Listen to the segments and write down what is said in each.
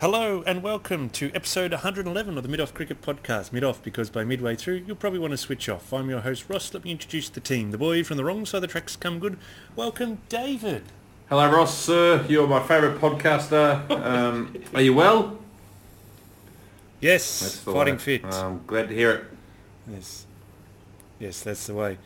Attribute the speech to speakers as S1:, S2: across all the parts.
S1: Hello and welcome to episode 111 of the Mid Off Cricket Podcast. Mid Off, because by midway through, you'll probably want to switch off. I'm your host, Ross. Let me introduce the team. The boy from the wrong side of the tracks come good. Welcome, David.
S2: Hello, Ross. Sir, you're my favourite podcaster. Um, are you well?
S1: Yes,
S2: That's the
S1: fighting
S2: way. Uh,
S1: fit.
S2: I'm glad to hear it.
S1: Yes. Yes, that's the way.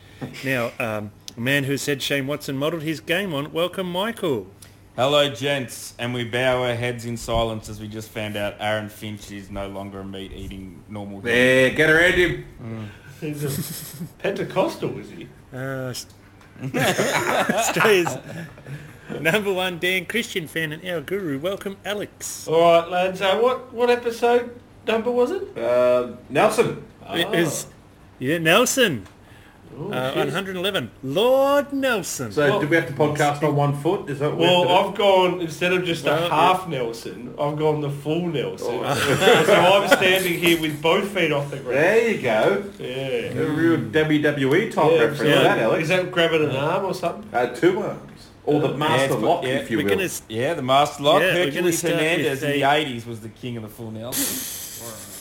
S1: Now, um, a man who said Shane Watson modelled his game on, welcome, Michael.
S3: Hello, gents, and we bow our heads in silence as we just found out Aaron Finch is no longer a meat-eating normal. human.
S2: There, get around him.
S4: He's a Pentecostal, is he?
S1: Uh, Australia's number one Dan Christian fan and our guru. Welcome, Alex.
S4: All right, lads. Uh, what what episode number was it?
S2: Uh, Nelson.
S1: It is yeah, Nelson.
S2: Oh,
S1: Uh,
S4: shit.
S1: 111. Lord Nelson.
S2: So, did we have to podcast on one foot? Is that what
S4: Well,
S2: we have
S4: I've gone instead of just
S1: Well,
S4: a half Nelson, I've gone the full Nelson.
S2: Oh.
S4: so I'm standing here with both feet off the
S2: to do?
S4: ground.
S2: There you go.
S4: Yeah.
S2: A real WWE type
S4: Yeah,
S2: reference.
S1: yeah.
S2: That,
S4: Is
S2: Alex.
S4: that grabbing an arm or something?
S2: Uh, two arms. Or the master
S3: it's-
S2: lock,
S3: yeah,
S2: if you
S1: We're
S2: will.
S1: going to...
S3: Yeah, the master lock,
S1: Yeah, we're gonna
S3: Hercules
S1: start with
S3: Hernandez in the
S1: a-
S3: '80s was the king of the full Nelson.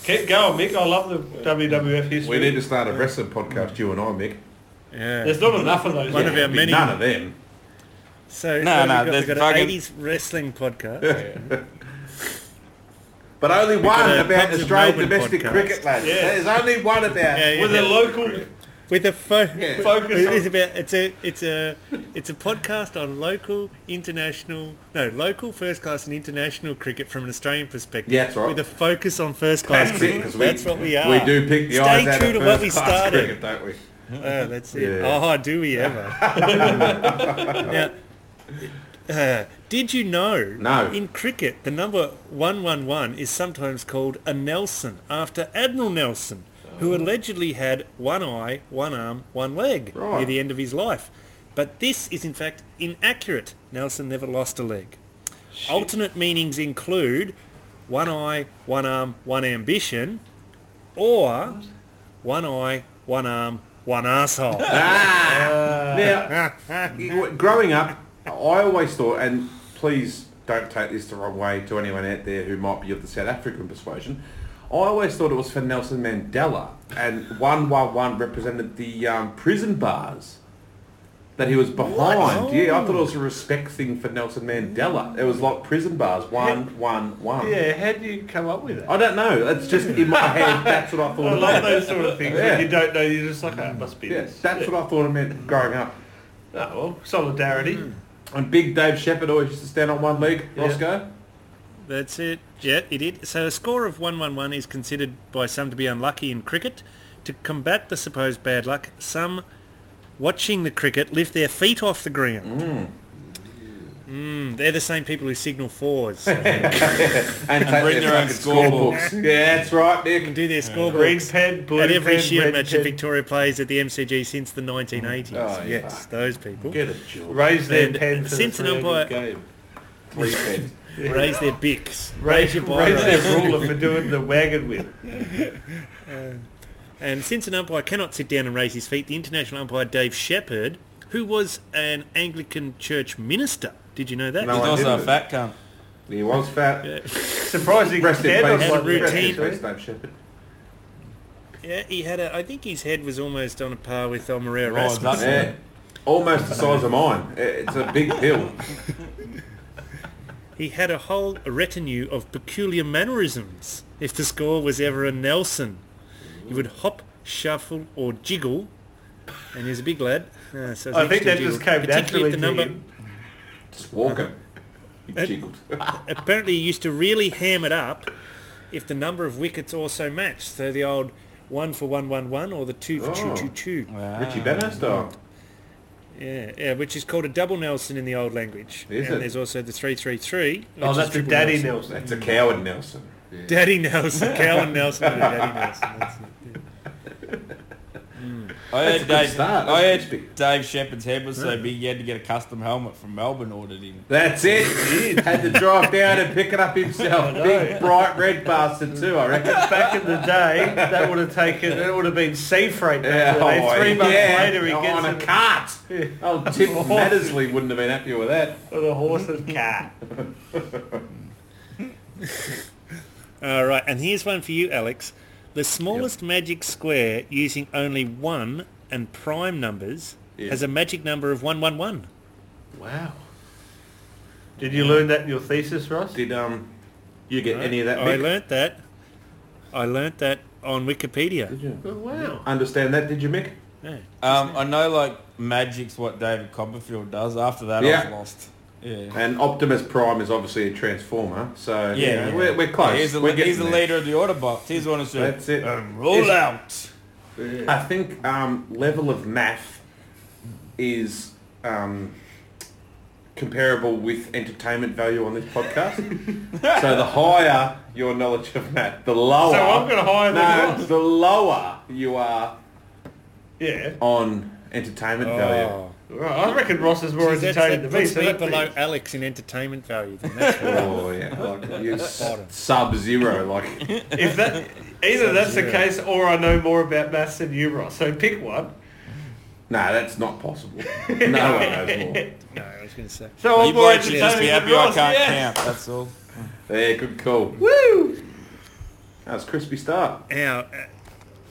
S4: Keep going, Mick. I love the WWF history.
S2: We need to start a wrestling podcast, you and I, Mick.
S1: Yeah.
S4: There's not enough of those.
S1: One
S4: Yeah.
S1: of our
S2: Be
S1: many...
S2: None of them.
S1: So, so
S3: No, no,
S1: we've got,
S3: there's
S1: we've got
S3: fucking-
S1: an 80s wrestling podcast.
S2: But only
S1: got
S2: one
S1: a
S2: about
S1: Pubs of
S2: Australian
S1: Melbourne
S2: domestic
S1: podcast.
S2: cricket, lads.
S4: Yeah.
S2: There's only one about.
S1: Yeah, yeah.
S4: With a local
S1: With a fo-
S2: Yeah.
S4: Focus
S1: it
S4: on-
S1: is about, it's a it's a it's a podcast on local, international, no local, first class, and international cricket from an Australian perspective.
S2: Yeah, that's right.
S1: With a focus on first class
S2: That's it,
S1: cricket.
S2: 'cause we,
S1: that's what we are.
S2: We do pick the
S1: Stay
S2: eyes out
S1: true
S2: of
S1: to
S2: first
S1: what we
S2: class
S1: started.
S2: cricket, don't we?
S1: Oh, that's it.
S2: Yeah.
S1: Oh, do we ever? now, uh, did you know?
S2: No.
S1: In cricket, the number 111 is sometimes called a Nelson after Admiral Nelson,
S2: Oh.
S1: who allegedly had one eye, one arm, one leg near
S2: Right.
S1: the end of his life. But this is in fact inaccurate. Nelson never lost a leg. Alternate meanings include one eye, one arm, one ambition, or one eye, one arm, one asshole.
S2: Now, you- growing up, I always thought, and please don't take this the wrong way to anyone out there who might be of the South African persuasion, I always thought it was for Nelson Mandela, and 111 represented the um, prison bars that he was behind. Yeah, I thought it was a
S4: Oh.
S2: respect thing for Nelson Mandela. It was like prison bars, one, one, one.
S4: Yeah, how do you come up with that?
S2: I don't know. It's just in my head. That's what I
S4: I
S2: thought. it
S4: love
S2: meant.
S4: those sort of things. when
S2: Yeah.
S4: you don't know, you're just like, ah, it must be
S2: Yeah,
S4: this.
S2: that's
S4: Yeah.
S2: what I thought it meant growing up.
S4: Oh, well, solidarity.
S2: Hmm. And big Dave Shepherd always used to stand on one leg.
S4: Yeah.
S2: Roscoe.
S1: That's it. Yeah, it did. So a score of 111 is considered by some to be unlucky in cricket. To combat the supposed bad luck, some watching the cricket lift their feet off the ground. Mm, they're the same people who signal fours and
S2: and take
S3: bring their own
S2: fucking
S3: scorebook.
S2: scorebooks. yeah, that's right, Nick.
S1: do their
S4: Green
S1: scorebooks
S4: pen, blue
S1: at every
S4: pen,
S1: sheer
S4: red
S1: match
S4: pen.
S1: that Victoria plays at the MCG since the 1980s.
S2: Oh,
S1: yes, those people
S2: Get a job.
S4: Raise their
S1: And
S4: pen for
S1: since
S4: the
S1: an
S4: three
S1: umpire-
S4: game.
S2: Three pence.
S1: raise their bics, raise
S4: Raise,
S1: your
S4: raise
S1: biros.
S4: their ruler for doing the wagon wheel.
S1: And since an umpire cannot sit down and raise his feet, the international umpire Dave Shepherd, who was an Anglican church minister, did you know that?
S2: No,
S3: He's
S2: I
S3: also a
S2: didn't.
S3: fat cunt.
S2: He was fat.
S4: Surprising
S2: Rest in
S4: stand on
S2: peace.
S1: Had a
S4: one leg,
S2: Rest in
S1: routine.
S4: actually.
S2: peace, Dave Shepherd.
S1: Yeah, he had a. I think his head was almost on a par with Almeria
S3: Oh, is
S1: Rasmus.
S3: that-
S2: Yeah. Almost the size of mine. It's a big pill.
S1: He had a whole retinue of peculiar mannerisms. If the score was ever a Nelson, he would hop, shuffle, or jiggle. And he was a big lad. Uh, so it was
S4: I think
S1: interesting
S4: that
S1: jiggle,
S4: just came
S1: particularly
S4: naturally
S1: if
S4: to
S1: the number,
S4: him.
S2: Just walking. He jiggled.
S1: apparently he used to really ham it up if the number of wickets also matched. So the old one for one one one or the two for two
S2: Oh.
S1: two two.
S3: Ah.
S2: Richie Benner style.
S1: Yeah, yeah, which is called a double Nelson in the old language.
S2: Is
S1: and
S2: it?
S1: there's also the three three three.
S4: Oh, that's a daddy Nelson.
S2: That's a coward, Nelson.
S1: Daddy Nelson, Cowan Nelson, and a Daddy Nelson. That's it. yeah.
S3: I
S2: That's
S3: heard
S2: a good
S3: Dave,
S2: start.
S3: I
S2: That's
S3: heard
S2: pretty big.
S3: Dave Shepherd's head was so big he had to get a custom helmet from Melbourne ordered in.
S2: That's it. He had to drive down and pick it up himself. Big bright red bastard too, I reckon.
S4: Back in the day, that would have taken, it would have been sea freight. back in the day.
S2: oh,
S4: Three months
S2: yeah,
S4: later, he
S2: on a
S4: gets it
S2: cart. Oh, Tim Mattersley wouldn't have been happy with that.
S4: on a horse's car.
S1: Uh, and here's one for you, Alex. The smallest magic square using only one and prime numbers
S2: Yeah.
S1: has a magic number of 111.
S2: Wow.
S5: Did you learn that in your thesis, Ross?
S2: Did um, you get any of that?
S1: I
S2: Mick?
S1: learnt that. I learnt that on Wikipedia.
S2: Did you
S5: Oh, wow.
S2: understand that? Did you, Mick?
S1: Yeah.
S3: Um, I know like magic's what David Copperfield does. After that, I
S2: Yeah.
S3: was lost. Yeah.
S2: And Optimus Prime is obviously a transformer, so you know, We're, we're close.
S3: Yeah, he's the,
S2: we're
S3: le-
S2: getting
S3: he's the
S2: there.
S3: leader of the Autobots. He's the one who said,
S2: That's it.
S3: "Um, roll
S2: Is-
S3: out.
S2: I think um, level of math is um, comparable with entertainment value on this podcast. so the higher your knowledge of math, the lower.
S5: So I'm gonna hire
S2: Oh, no,
S5: than Ross.
S2: the lower you are
S5: Yeah.
S2: on entertainment value.
S5: Right. I reckon Ross is more
S1: See, that's-
S5: Oh, entertaining
S1: that
S5: than me.
S1: puts
S5: So
S1: me
S5: that
S1: below
S5: means-
S1: Alex in entertainment value. Then. That's
S2: Oh yeah, like you
S1: Bottom.
S2: sub zero, like
S5: if that, either that's the case, or I know more about maths than you, Ross. So pick one.
S2: no, that's not possible. No one knows more.
S1: no, I was going to say.
S5: So
S3: You
S5: I'm more
S3: blokes should
S5: entertaining
S3: just be
S5: than
S3: happy I
S5: Ross.
S3: can't
S5: yes.
S3: count. That's all.
S2: Yeah, good call. Woo! That was a crispy start.
S1: Now, uh,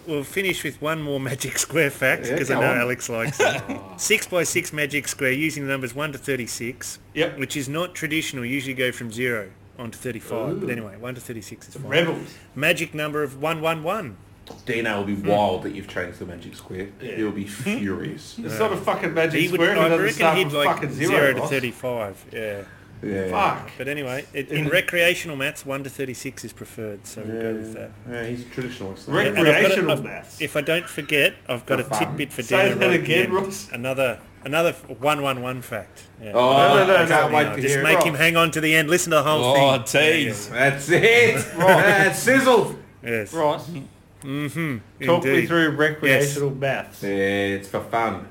S1: we'll finish with one more magic square fact
S2: Yeah,
S1: because I
S2: go
S1: know
S2: on.
S1: Alex likes it. six by six magic square using the numbers one to thirty-six.
S5: Yep.
S1: Which is not traditional. Usually go from zero on to thirty-five. But anyway, one to thirty-six is fine.
S5: Rebels.
S1: Magic number of one one one.
S2: Dino will be wild that you've changed the magic square.
S5: Yeah.
S2: He'll be furious.
S5: It's not a fucking
S1: He
S5: magic
S1: would,
S5: square. if it
S1: I
S5: doesn't
S1: reckon
S5: start
S1: he'd
S5: with
S1: like
S5: fucking
S1: zero,
S5: zero,
S1: to
S5: Ross.
S1: thirty-five. Yeah.
S2: yeah.
S5: Fuck.
S1: But anyway, it, in recreational maths, one to thirty-six is preferred. So we'll go with that.
S2: Yeah, he's a traditionalist.
S1: And
S5: Rick-
S1: I've got a-
S5: Recreational
S1: I've-
S5: maths.
S1: If I don't forget, I've got
S2: For
S1: a
S2: fun.
S1: tidbit for
S5: Say
S1: Dan.
S5: that again, Ross.
S1: Another another one one one fact. Yeah.
S2: Oh,
S5: no, no,
S2: I can't
S5: no,
S2: wait
S1: I'll
S2: to
S1: just
S2: hear it.
S1: make him hang on to the end. Listen to the whole
S3: Oh,
S1: thing.
S3: tease.
S2: That's it. That's sizzled.
S1: Yes. Mm-hmm.
S5: Ross, talk me
S1: indeed.
S5: through recreational maths.
S2: Yeah, it's for fun.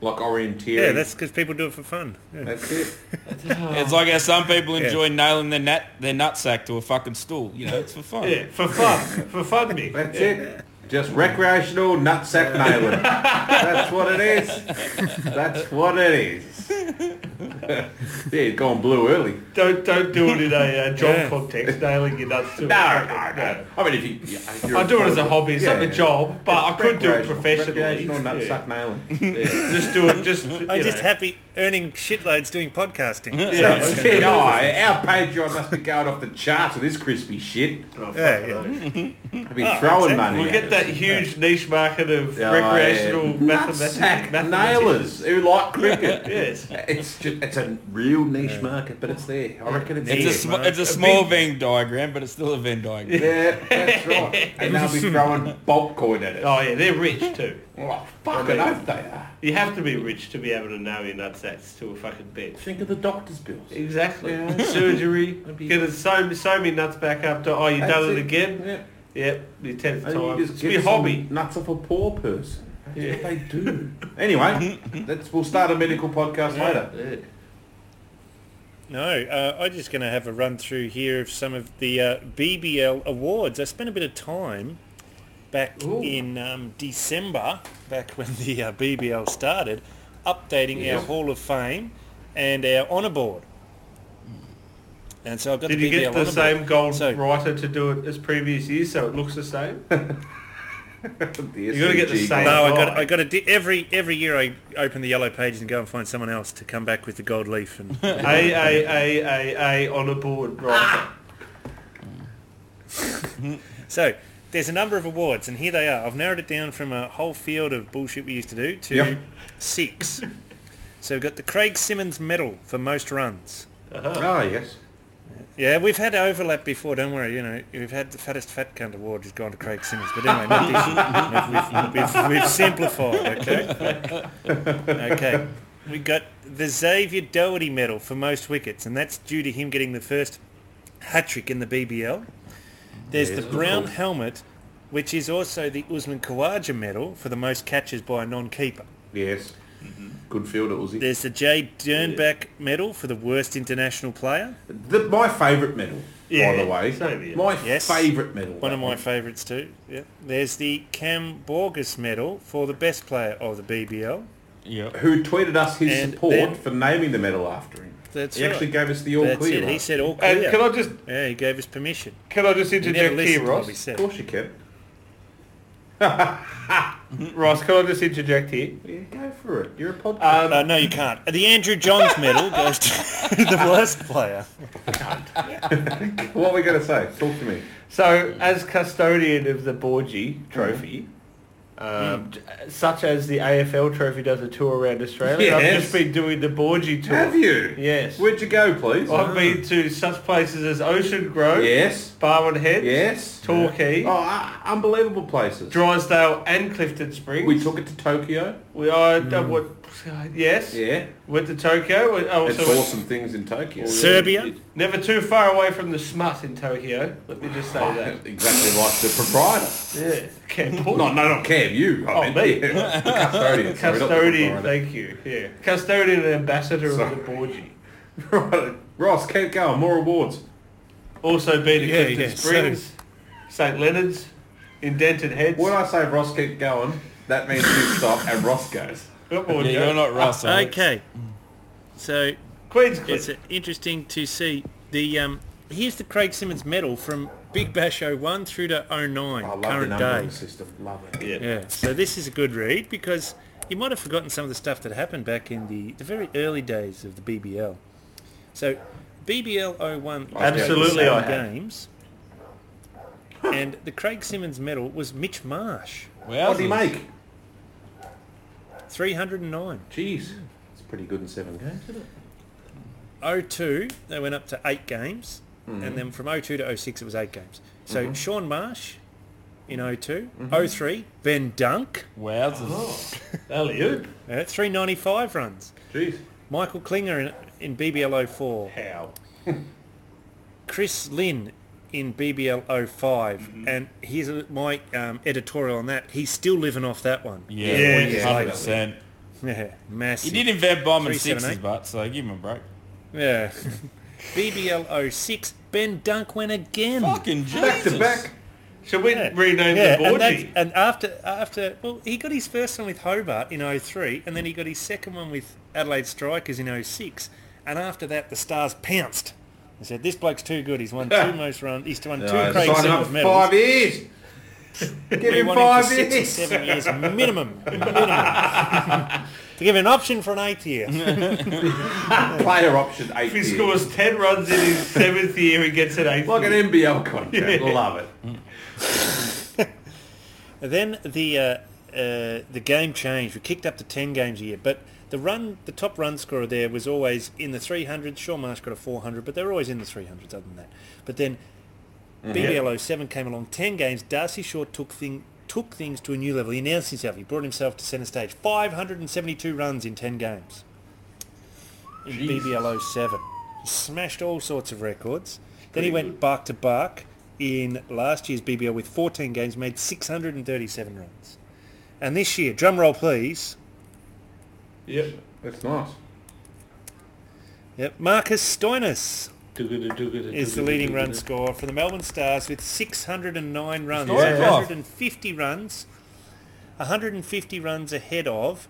S2: Like orienteering.
S1: Yeah, that's because people do it for fun. Yeah.
S2: That's it.
S3: It's like how some people enjoy nailing their nat their nutsack to a fucking stool. You know, it's for fun.
S5: Yeah, for fun. for fun, me.
S2: That's it. Just recreational nutsack nailing. That's what it is. That's what it is. yeah, you've gone blue early.
S5: Don't don't do it in a uh, job
S1: Yeah.
S5: context, nailing your nuts to it.
S2: No, no, no. I mean, if you, yeah, you're
S5: I do it as a hobby. It's not
S2: Yeah.
S5: a job, but I could do it
S2: Recreational-
S5: professionally.
S2: Recreational nutsack
S5: Yeah.
S2: nailing.
S5: Just do it. Just you
S1: I'm just
S5: know.
S1: happy earning shitloads doing podcasting. Yeah,
S5: Yeah.
S2: That's it. Oh, our Patreon must be going off the charts with this crispy shit.
S5: Oh,
S1: yeah.
S5: fucking hell.
S2: I've been throwing money.
S5: Ah, We'll
S2: at
S5: get
S2: it.
S5: that huge niche market of
S1: oh,
S2: Yeah,
S5: recreational
S2: yeah.
S5: mathematics.
S2: Nutsack
S5: mathematicians.
S2: nailers who like cricket.
S5: Yes.
S2: It's just, it's a real niche market, but it's there. I reckon it's,
S3: It's
S2: there.
S3: a sm- it's a small Venn diagram, but it's still a Venn diagram.
S2: yeah, that's right. And they'll be throwing bulk coin at it.
S5: Oh yeah, they're rich too.
S2: Well, fucking hope they are.
S5: You have to be rich to be able to nail your nutsacks to a fucking bench.
S2: Think of the doctor's bills.
S5: Exactly.
S2: Yeah.
S5: Surgery. Get it sew, sew me nuts back up to, oh, you
S2: That's
S5: done
S2: it.
S5: it, again?
S2: Yeah.
S5: Yep, the 10th
S2: And
S5: time.
S2: you just
S5: It's
S2: get
S5: my hobby.
S2: Nuts off a poor person. That's
S5: Yeah.
S2: what they do. anyway, that's, we'll start a medical podcast later.
S1: No, uh, I'm just going to have a run through here of some of the uh, BBL awards. I spent a bit of time back
S5: Ooh.
S1: in um, December, back when the uh, BBL started, updating
S5: Yeah.
S1: our Hall of Fame and our honour board. And so I've got
S5: Did
S1: the
S5: you
S1: BBL
S5: get the
S1: honour
S5: same
S1: board.
S5: gold
S1: So-
S5: writer to do it as previous years so it looks the same?
S2: The
S5: You gotta get the
S2: SCG.
S5: same-
S1: No, I
S5: Oh,
S1: got
S5: right.
S1: I got to di- every every year I open the yellow pages and go and find someone else to come back with the gold leaf and
S5: A, A, A, A, A on a board
S2: Ah!
S5: writer.
S1: So there's a number of awards, and here they are. I've narrowed it down from a whole field of bullshit we used to do to
S2: Yep.
S1: six. so we've got the Craig Simmons Medal for most runs.
S2: Ah, yes.
S1: Yeah, we've had overlap before. Don't worry. You know, we've had the fattest fat cunt award has gone to Craig Simmons, but anyway, not this year. We've, we've, we've simplified. Okay. Okay. We got the Xavier Doherty Medal for most wickets, and that's due to him getting the first hat trick in the BBL. There's the brown helmet, which is also the Usman Khawaja Medal for the most catches by a non-keeper.
S2: Yes.
S5: Mm-hmm.
S2: Good fielder, Uzi.
S1: There's the Jay Dernbach Medal for the worst international player.
S2: The, my favourite medal, by
S5: Yeah,
S2: the way.
S5: same here.
S2: My
S1: Yes.
S2: favourite medal.
S1: One
S2: that
S1: of my favourites too. Yeah. There's the Cam Borges Medal for the best player of the BBL.
S3: Yep.
S2: Who tweeted us his
S1: And
S2: support
S1: then-
S2: for naming the medal after him.
S1: That's
S2: He
S1: right.
S2: actually gave us the all
S1: That's
S2: clear.
S1: it. He
S2: right?
S1: said all
S5: And
S1: clear.
S5: can I just
S1: Yeah, he gave us permission.
S5: can I just
S1: He never
S5: interject here,
S1: listened to what
S5: Ross?
S1: we
S2: of
S1: said.
S2: course you can.
S5: Ross, can I just interject here?
S2: Yeah, go for it. You're a podcast.
S5: Um,
S1: Uh, no, you can't. The Andrew Johns medal goes to the worst player.
S2: what are we going to say? Talk to me.
S5: So, as custodian of the Borgie Trophy, um, j- such as the AFL Trophy does a tour around Australia, I've
S2: Yes.
S5: just been doing the Borgie tour.
S2: Have you? Oh.
S5: Yes.
S2: Where'd you go, please?
S5: I've been to such places as Ocean Grove,
S2: Yes.
S5: Barwon Heads,
S2: Yes.
S5: Torquay,
S2: Oh, uh, unbelievable places.
S5: Drysdale and Clifton Springs.
S2: We took it to Tokyo.
S5: We are, uh, what, yes,
S2: Yeah.
S5: went to Tokyo. We
S2: And
S5: also
S2: saw some things in Tokyo.
S1: Serbia?
S5: never too far away from the smut in Tokyo. Let me just say
S2: Oh.
S5: that.
S2: Exactly like the proprietor.
S5: Yeah,
S2: No,
S5: Campbell.
S2: no, not Cam, you. I
S5: Oh,
S2: mean,
S5: me.
S2: Yeah. The custodian. sorry, not the
S5: Custodian,
S2: proprietor.
S5: thank you. Yeah, custodian and ambassador
S2: Sorry.
S5: of the Borgie.
S2: Right. Ross, keep going. More awards.
S5: Also been at
S1: Yeah,
S5: Clifton
S1: yeah, so-
S5: Springs, St Leonard's, Indented Heads.
S2: When I say Ross, keep going, that means you stop and Ross goes.
S5: Got more
S3: Yeah,
S5: jokes.
S3: you're not Ross. Alex.
S1: Okay. So
S5: Queen's
S1: it's
S5: Cliff.
S1: uh, interesting to see the um, here's the Craig Simmons medal from Big Bash 01 through to 09
S2: Oh, I love the
S1: current
S2: numbering
S1: day.
S2: system. Love it.
S5: Yeah.
S1: Yeah. So this is a good read because you might have forgotten some of the stuff that happened back in the, the very early days of the BBL. So BBL 01
S5: Absolutely
S1: same
S5: I have.
S1: games. And the Craig Simmons medal was Mitch Marsh,
S3: Well,
S2: What do you make?
S1: 309.
S2: Jeez. It's pretty good in seven games, isn't it?
S1: 02, they went up to eight games,
S5: Mm-hmm.
S1: and then from 02 to 06, it was eight games. So Sean Marsh in oh 2
S5: Mm-hmm.
S1: 03, Ben Dunk,
S3: Wowzers.
S5: Alley oop.
S1: uh, 395 runs.
S2: Jeez.
S1: Michael Klinger in, in BBL 04,
S5: How?
S1: Chris Lynn in BBL 5 oh and here's a- my um, editorial on that. He's still living off that one.
S3: Yeah,
S5: Yeah,
S3: yeah,
S5: yeah.
S3: 100%.
S1: Yeah, massive.
S3: He did invent bombing
S1: Three, seven,
S3: sixes,
S1: eight.
S3: but so give him a break.
S1: Yeah. BBL 06, Ben Dunk went again.
S3: Fucking Jesus.
S2: Back to back.
S5: Should we
S1: Yeah.
S5: rename
S1: Yeah,
S5: the
S1: and, that's-
S5: Borgie?
S1: and after after well, he got his first one with Hobart in 03, and then he got his second one with Adelaide Strikers in 06, and after that the Stars pounced. They said this bloke's too good. He's won two most runs. He's won two
S2: Uh,
S1: Craig
S2: sign him
S1: Simmons
S2: up for
S1: medals.
S2: five years. Give
S1: We
S2: him
S1: want him for
S2: five
S1: six or
S2: years.
S1: seven years minimum. minimum. to give him an option for an eighth year.
S2: Player option eight
S5: If he
S2: years.
S5: scores 10 runs in his seventh year, he gets an eighth.
S2: Like an NBL contract.
S5: Yeah.
S2: Love it.
S1: then the uh, uh, the game changed. We kicked up to ten games a year, but the run, the top run scorer there was always in the 300s. Sean Marsh got a 400, but they were always in the 300s. Other than that, but then
S2: Mm-hmm.
S1: BBL 07 came along. Ten games. Darcy Short took thing took things to a new level. He announced himself. He brought himself to centre stage. 572 runs in ten games. in BBL 07. Smashed all sorts of records. Then he went bark to bark in last year's BBL with 14 games, made 637 runs. And this year, drum roll please,
S5: Yep.
S2: That's nice.
S1: yep, Marcus Stoinis is
S5: Is
S1: the leading run scorer for the Melbourne Stars with 609 runs,
S3: not bad.
S1: 150 runs, 150 runs ahead of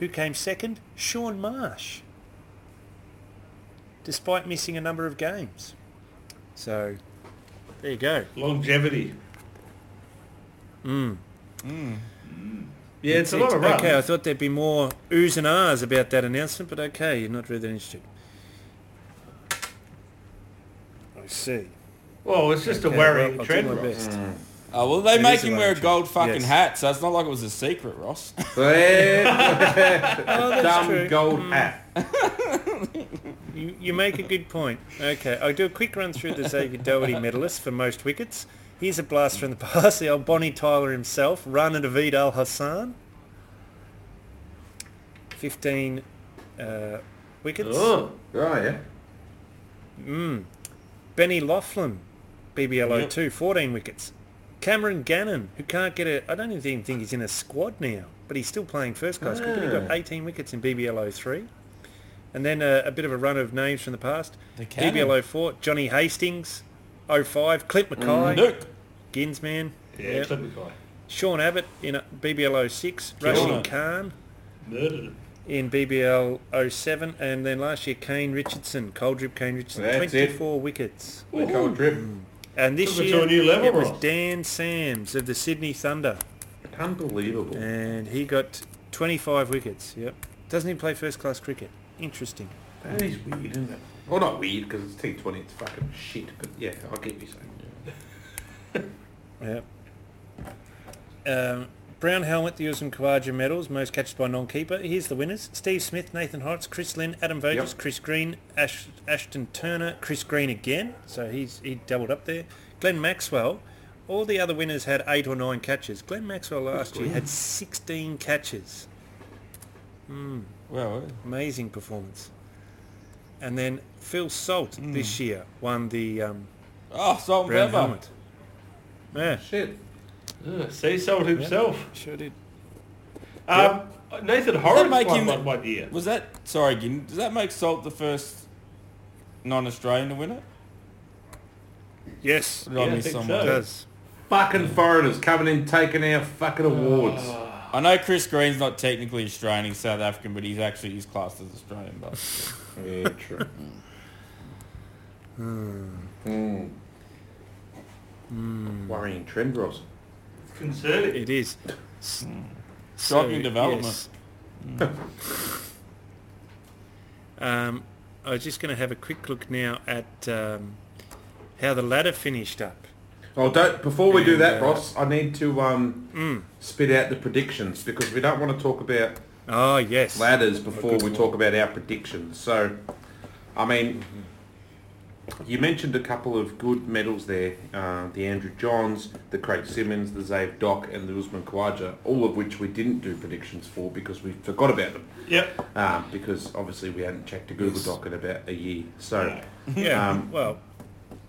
S1: who came second? Sean Marsh. Despite missing a number of games. So there you go.
S5: Longevity. Mm. Mm. Yeah, it's, a lot of runs.
S1: Mm. Okay, I thought there'd be more oohs and ahs about that announcement, but okay, you're not really interested. I see.
S5: Well, it's just
S1: Okay,
S5: a worrying
S1: well, I'll do
S5: trend.
S1: my
S5: Ross.
S1: best.
S3: Oh, well, they
S1: It
S3: make
S1: is a
S3: him wear a
S1: luxury.
S3: gold fucking
S1: Yes.
S3: hat, so it's not like it was a secret, Ross.
S1: Oh, that's
S2: Dumb
S1: true.
S2: gold hat.
S1: You, you make a good point. Okay, I'll do a quick run through the Xavier Doherty medalists for most wickets. Here's a blast from the past, the old Bonnie Tyler himself, Rana David Al Hassan. 15 uh, wickets.
S5: Oh.
S2: Right, yeah.
S1: Benny Laughlin, BBL 02, 14 wickets. Cameron Gannon, who can't get a... I don't even think he's in a squad now, but he's still playing first class cricket. He got
S2: Ah.
S1: 18 wickets in BBL 03. And then uh, a bit of a run of names from the past.
S3: The cannon.
S1: BBL 04, Johnny Hastings, 05, Clint McKay,
S3: Nuke.
S1: Ginsman,
S5: Mm, Yeah,
S1: yep.
S5: Clipper guy.
S1: Sean Abbott in uh, BBL 06, Rashid
S3: it.
S1: Khan,
S5: Murdered him.
S1: in BBL 07. And then last year, Kane Richardson, cold drip Kane Richardson,
S2: That's it.
S1: 24 wickets.
S2: The cold drip.
S1: And this
S5: Took it
S1: year,
S5: to a new level,
S1: it was
S5: Ross.
S1: Dan Sams of the Sydney Thunder.
S2: Unbelievable.
S1: And he got 25 wickets. Yep. Doesn't even play first-class cricket. Interesting.
S2: That is weird, isn't it? Well, not weird, because it's T20, it's fucking shit, but yeah, I get you saying.
S1: Yep. Um, Brown helmet, the Usman Khawaja medals, most catches by non-keeper. Here's the winners. Steve Smith, Nathan Hotz, Chris Lynn, Adam Voges,
S2: Yep.
S1: Chris Green, Ash, Ashton Turner, Chris Green again. So he's he doubled up there. Glenn Maxwell. All the other winners had eight or nine catches. Glenn Maxwell last year had 16 catches.
S3: Well, eh.
S1: Amazing performance. And then Phil Salt
S3: Hmm.
S1: this year won the um,
S3: oh, salt and
S1: brown
S3: pepper.
S1: helmet. Yeah,
S2: Shit.
S5: Ugh, Sea Salt himself.
S1: sure did.
S5: Um, Nathan Horace
S3: make
S5: won
S3: him-
S5: one one year.
S3: Was that sorry? Gin, Does that make Salt the first non-Australian to win it?
S1: Yes,
S3: Or did I
S5: Yeah, I
S3: miss
S5: think
S3: someone?
S5: so.
S1: does.
S2: Fucking foreigners coming in, taking our fucking awards.
S3: I know Chris Green's not technically Australian, he's South African, but he's actually he's classed as Australian. But
S2: yeah, true. Hmm. Worrying trend, Ross.
S5: Conservative.
S1: It is.
S3: Hmm. Shocking development. Hmm.
S1: um, I was just going to have a quick look now at um, how the ladder finished up.
S2: Oh, don't. Before we do that,
S1: Yeah.
S2: Ross, I need to um, spit out the predictions because we don't want to talk about
S1: Oh yes.
S2: ladders before
S1: Good
S2: we
S1: one.
S2: talk about our predictions. So, I mean, you mentioned a couple of good medals there, uh, the Andrew Johns, the Craig Simmons, the Zave Dock, and the Usman Khawaja, all of which we didn't do predictions for because we forgot about them,
S5: Yep.
S2: um, because obviously we hadn't checked a Google Doc in about a year. So,
S1: Yeah.
S2: um,
S1: well,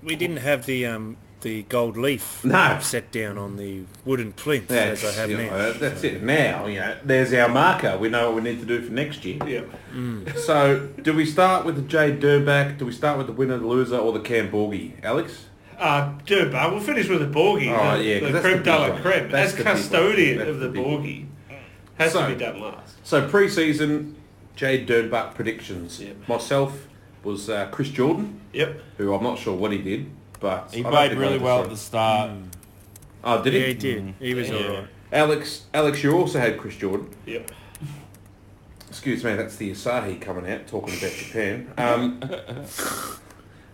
S1: we didn't have the um, the gold leaf
S2: No.
S1: set down on the wooden plinth
S2: that's,
S1: as I have
S2: you know,
S1: now.
S2: that's it. Now, you know, there's our marker. We know what we need to do for next year.
S5: Yep.
S2: So, do we start with the Jay Durback? Do we start with the winner, the loser, or the Cam Borgie? Alex?
S5: Uh, Durban. We'll finish with the Borgie.
S2: Oh,
S5: the,
S2: yeah, 'cause that's
S5: the
S2: the
S5: creme
S2: big
S5: de la
S2: one.
S5: creme.
S2: That's
S5: As
S2: the big one.
S5: custodian
S2: That's
S5: of the
S2: the big
S5: Borgie, has
S2: So-
S5: to be done last.
S2: So pre-season, Jade Dernbach predictions.
S5: Yep.
S2: Myself was uh, Chris Jordan,
S5: Yep.
S2: who I'm not sure what he did, but
S3: He
S2: I don't
S3: played
S2: think
S3: really
S2: I
S3: well at the
S2: disagree.
S3: start.
S2: Oh, did
S1: yeah,
S2: he?
S1: he did. He was
S5: Yeah.
S1: all right.
S2: Alex, Alex, you also had Chris Jordan.
S5: Yep.
S2: Excuse me, that's the Asahi coming out talking about Japan. Um,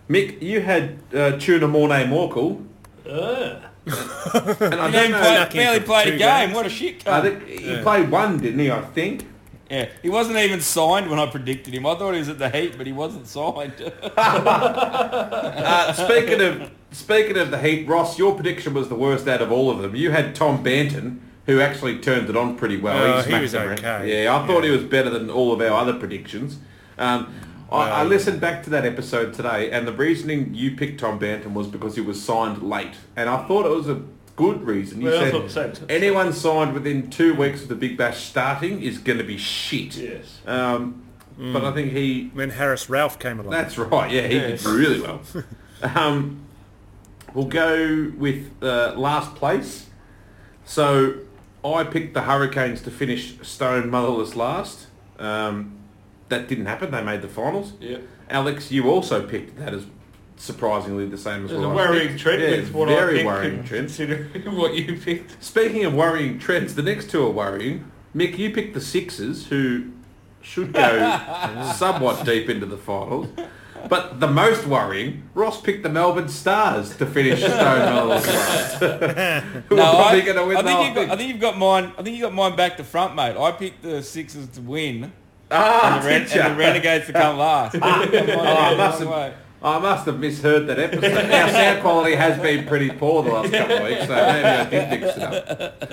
S2: Mick, you had uh, Tuna Mornay Morkel,
S5: Uh,
S2: and I
S3: He
S2: don't
S3: didn't
S2: know.
S3: play,
S1: Stuck in
S3: barely
S1: for
S3: played a
S1: two
S3: game.
S1: games.
S3: What a shit
S2: I
S3: cunt.
S2: think he played one, didn't he? I think.
S3: yeah, he wasn't even signed when I predicted him. I thought he was at the Heat, but he wasn't signed.
S2: Uh, speaking of speaking of the Heat, Ross, your prediction was the worst out of all of them. You had Tom Banton, who actually turned it on pretty well.
S1: Oh, he
S2: smacked
S1: was
S2: them around.
S1: okay.
S2: Yeah, I thought he was better than all of our other predictions. Um, I, I listened back to that episode today, and the reasoning you picked Tom Banton was because he was signed late, and I thought it was a good reason. You
S5: Well, I
S2: said
S5: thought so too.
S2: anyone signed within two weeks of the Big Bash starting is going to be shit.
S5: yes.
S2: Um,
S1: Hmm.
S2: But I think he
S1: When Harris Ralph came along.
S2: that's right. Yeah, he did
S3: Yes.
S2: really well. um, we'll go with uh, last place. So I picked the Hurricanes to finish Stone Motherless last. Um, that didn't happen. They made the finals.
S5: Yep.
S2: Alex, you also picked that as surprisingly the same as
S5: There's a
S2: what I picked.
S5: worrying trend
S2: Yeah,
S5: with what
S2: very
S5: I picked
S2: worrying
S5: and
S2: trend.
S5: considering what you picked.
S2: Speaking of worrying trends, the next two are worrying. Mick, you picked the Sixers, who should go somewhat deep into the finals. But the most worrying, Ross picked the Melbourne Stars to finish Stone Island's last. Who
S3: No,
S2: are
S3: I,
S2: probably going to win
S3: I
S2: the
S3: think
S2: whole
S3: you got, I
S2: thing.
S3: think you got mine. I think you got mine back to front, mate. I picked the Sixers to win
S2: Ah,
S3: and, the, Ren-
S2: did ya?
S3: and the Renegades to come last. I think
S2: Oh, I
S3: I might have gone the
S2: must
S3: wrong
S2: have,
S3: way.
S2: I must have misheard that episode. Our sound quality has been pretty poor the last couple of weeks, so maybe I did mix it up.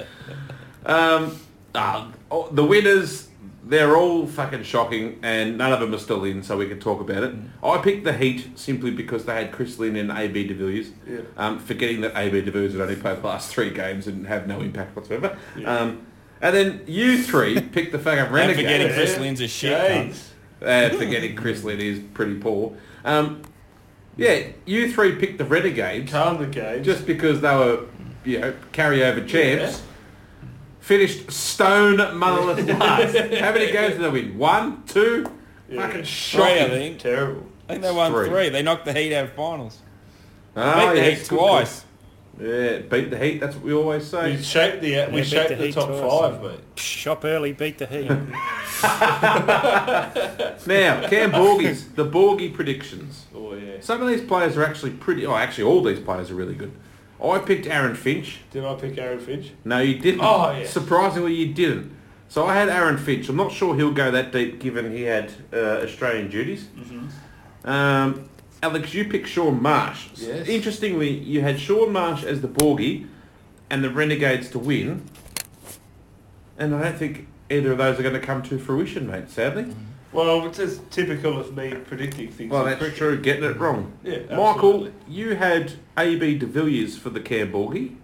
S2: Um, ah, oh, the winners, they're all fucking shocking, and none of them are still in, so we can talk about it.
S5: Mm.
S2: I picked the Heat simply because they had Chris Lynn and AB de Villiers,
S5: Yeah.
S2: um, forgetting that AB de Villiers had only played the last three games and have no impact whatsoever.
S5: Yeah.
S2: Um, and then you three picked the fucking
S3: And
S2: Renegades.
S3: forgetting
S5: Yeah.
S3: Chris Lynn's a shit cunt.
S5: Jeez.
S2: Uh, forgetting Chris Lynn is pretty poor. Um, yeah, you three picked the Renegades
S5: Calm the game.
S2: just because they were, you know, carryover champs. finished stone motherless last. How many games did they win? One, two? Fucking
S3: Three, I
S2: shocking.
S3: think.
S4: Terrible.
S3: I think they won
S2: Three.
S3: three. They knocked the Heat out of finals.
S2: Ah,
S3: Beat the
S2: yes,
S3: Heat
S2: good
S3: twice.
S2: call. Yeah, beat the heat. That's what we always say.
S5: We shaped the we
S1: beat
S5: shaped
S1: the
S5: the,
S1: Heat
S5: top
S1: twice.
S5: five, mate.
S1: Shop early, beat the heat.
S2: Now, Cam Borgies, the Borgie predictions.
S5: Oh yeah.
S2: Some of these players are actually pretty. Oh, actually, all these players are really good. I picked Aaron Finch.
S5: Did I pick Aaron Finch?
S2: No, you didn't.
S5: Oh, yeah.
S2: Surprisingly, you didn't. So I had Aaron Finch. I'm not sure he'll go that deep given he had uh, Australian duties.
S5: Mm-hmm.
S2: Um, Alex, you picked Sean Marsh. S-
S5: Yes.
S2: Interestingly, you had Sean Marsh as the Borgie and the Renegades to win. And I don't think either of those are going to come to fruition, mate, sadly.
S5: Mm-hmm. Well, it's just typical of me predicting things.
S2: Well,
S5: in
S2: that's
S5: cricket.
S2: true. Getting it wrong.
S5: Yeah,
S2: Michael,
S5: absolutely.
S2: you had AB de Villiers for the Camborgie.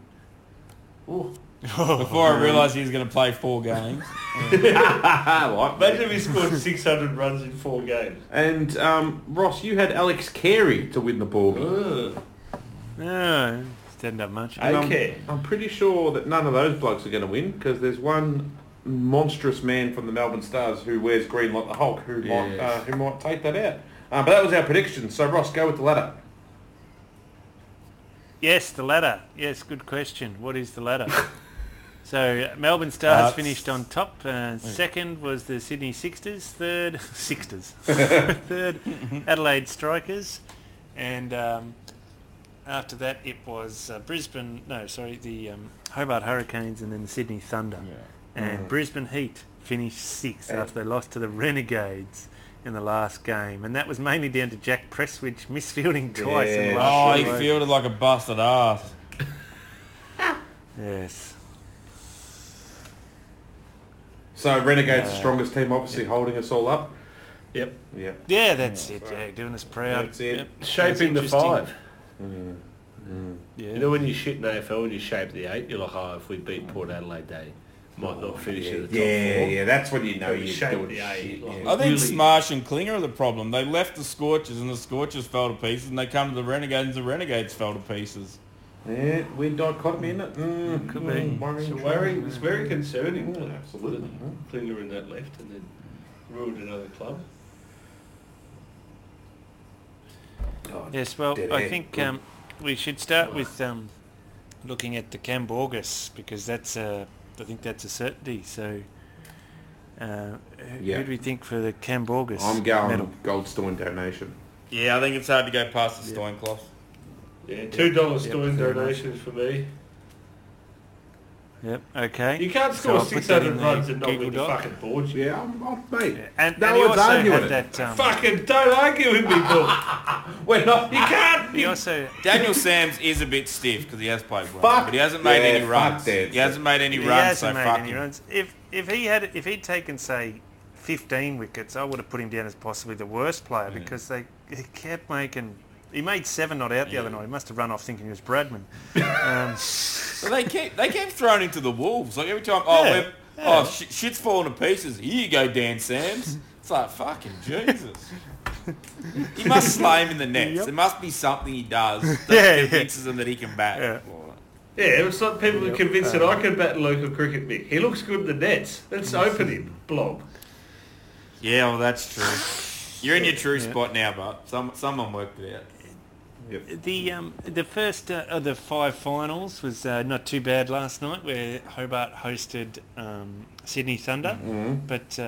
S3: Before
S2: Oh,
S3: I realised he was going to play four games.
S2: Ah, right.
S5: Imagine if he scored 600 runs in four games.
S2: And um, Ross, you had Alex Carey to win the Borgie.
S5: Ugh.
S1: no, didn't have much.
S2: And I'm-
S5: Okay.
S2: I'm, pretty sure that none of those blokes are going to win because there's one monstrous man from the Melbourne Stars who wears green like the Hulk who might uh, who might take that out. Uh, but that was our prediction. So Ross, go with the ladder.
S1: Yes, the ladder. Yes, good question. What is the ladder? so uh, Melbourne Stars
S3: Uh,
S1: finished on top. Uh, second was the Sydney Sixers. Third, Sixers. third, Adelaide Strikers. And um, after that, it was uh, Brisbane. No, sorry, the um, Hobart Hurricanes and then the Sydney Thunder. And Brisbane Heat finished sixth after they lost to the Renegades in the last game. And that was mainly down to Jack Presswich misfielding twice. in the
S3: Oh,
S1: last
S3: he
S1: short over.
S3: fielded like a busted ass.
S1: Yes.
S2: So Renegades, the strongest team, obviously holding us all up.
S5: Uh, Yep.
S2: Yeah.
S1: Yeah, that's it. Yeah, doing us proud.
S2: That's it.
S4: Shaping the
S1: interesting.
S4: five. You
S1: Yeah.
S4: know when you shit in AFL when you shape the eight, you're like, oh, if we beat Port Adelaide, they might not finish in the top
S2: Yeah,
S4: four.
S2: yeah, that's when you know
S5: But we
S2: you're
S5: shaped
S2: doing
S5: the
S2: shit.
S5: eight, like- oh.
S2: yeah.
S3: I think
S5: Really?
S3: Smash and Klinger are the problem. They left the Scorchers and the Scorchers fell to pieces and they come to the Renegades and the Renegades fell to pieces.
S2: Yeah, weird dichotomy, isn't it? Mm,
S1: Could be.
S2: mm, worrying Mm-hmm.
S5: It's a
S2: trend.
S5: worry, it's very concerning.
S2: Yeah, absolutely.
S5: Klinger in that left and then ruled another club.
S2: Oh,
S1: Yes, well,
S2: Dead
S1: I
S2: end.
S1: think
S2: Good.
S1: um, we should start with um, looking at the Camborgus because that's uh, I think that's a certainty. So, uh, who,
S2: Yeah.
S1: who do we think for the Camborgus?
S2: I'm going
S1: medal?
S2: Goldstone donation.
S3: Yeah, I think it's hard to go past the Steinkloff.
S5: Yeah, two dollars
S1: Yep,
S5: still in
S1: fair enough.
S5: donations for me.
S1: Yep. Okay.
S5: You can't
S1: So I'll
S5: score
S1: put that
S5: 600
S1: in the
S5: runs and not
S1: Google
S5: win the
S1: Doc.
S5: fucking board. You
S2: Yeah, I'm, I'm mate.
S1: Yeah, And,
S2: No
S1: and he
S2: one's
S1: also
S2: arguing
S1: had
S2: it.
S1: that. Um,
S5: Fucking don't argue with me, Bill.
S2: We're not.
S5: You can't.
S1: He
S5: You,
S1: also
S3: Daniel Sams is a bit stiff because he has played well,
S2: Fuck.
S3: but he hasn't made
S2: Yeah,
S3: any
S2: fuck
S3: runs.
S2: that.
S3: He hasn't made any
S1: he
S3: runs, so
S1: hasn't made
S3: fuck
S1: any
S3: him.
S1: runs. If if he had if he'd taken say 15 wickets, I would have put him down as possibly the worst player because they he kept making. He made seven not out the other night. He must have run off thinking he was Bradman. Um,
S3: But they keep they keep throwing him to the wolves. Like every time, oh,
S1: Yeah,
S3: we're,
S1: yeah.
S3: oh sh- shit's falling to pieces. Here you go, Dan Sams. It's like fucking Jesus. he must slay him in the nets.
S1: Yep.
S3: There must be something he does that
S1: Yeah, yeah.
S3: convinces him that he can bat.
S1: Yeah.
S5: yeah, it's like people are convinced that I can bat local cricket, Mick. He looks good in the nets. Let's open him, blob.
S3: Yeah, well, that's true. You're in your true spot now, but some someone worked it out.
S1: the um, the first uh, of the five finals was uh, not too bad last night, where Hobart hosted um, Sydney Thunder. But uh,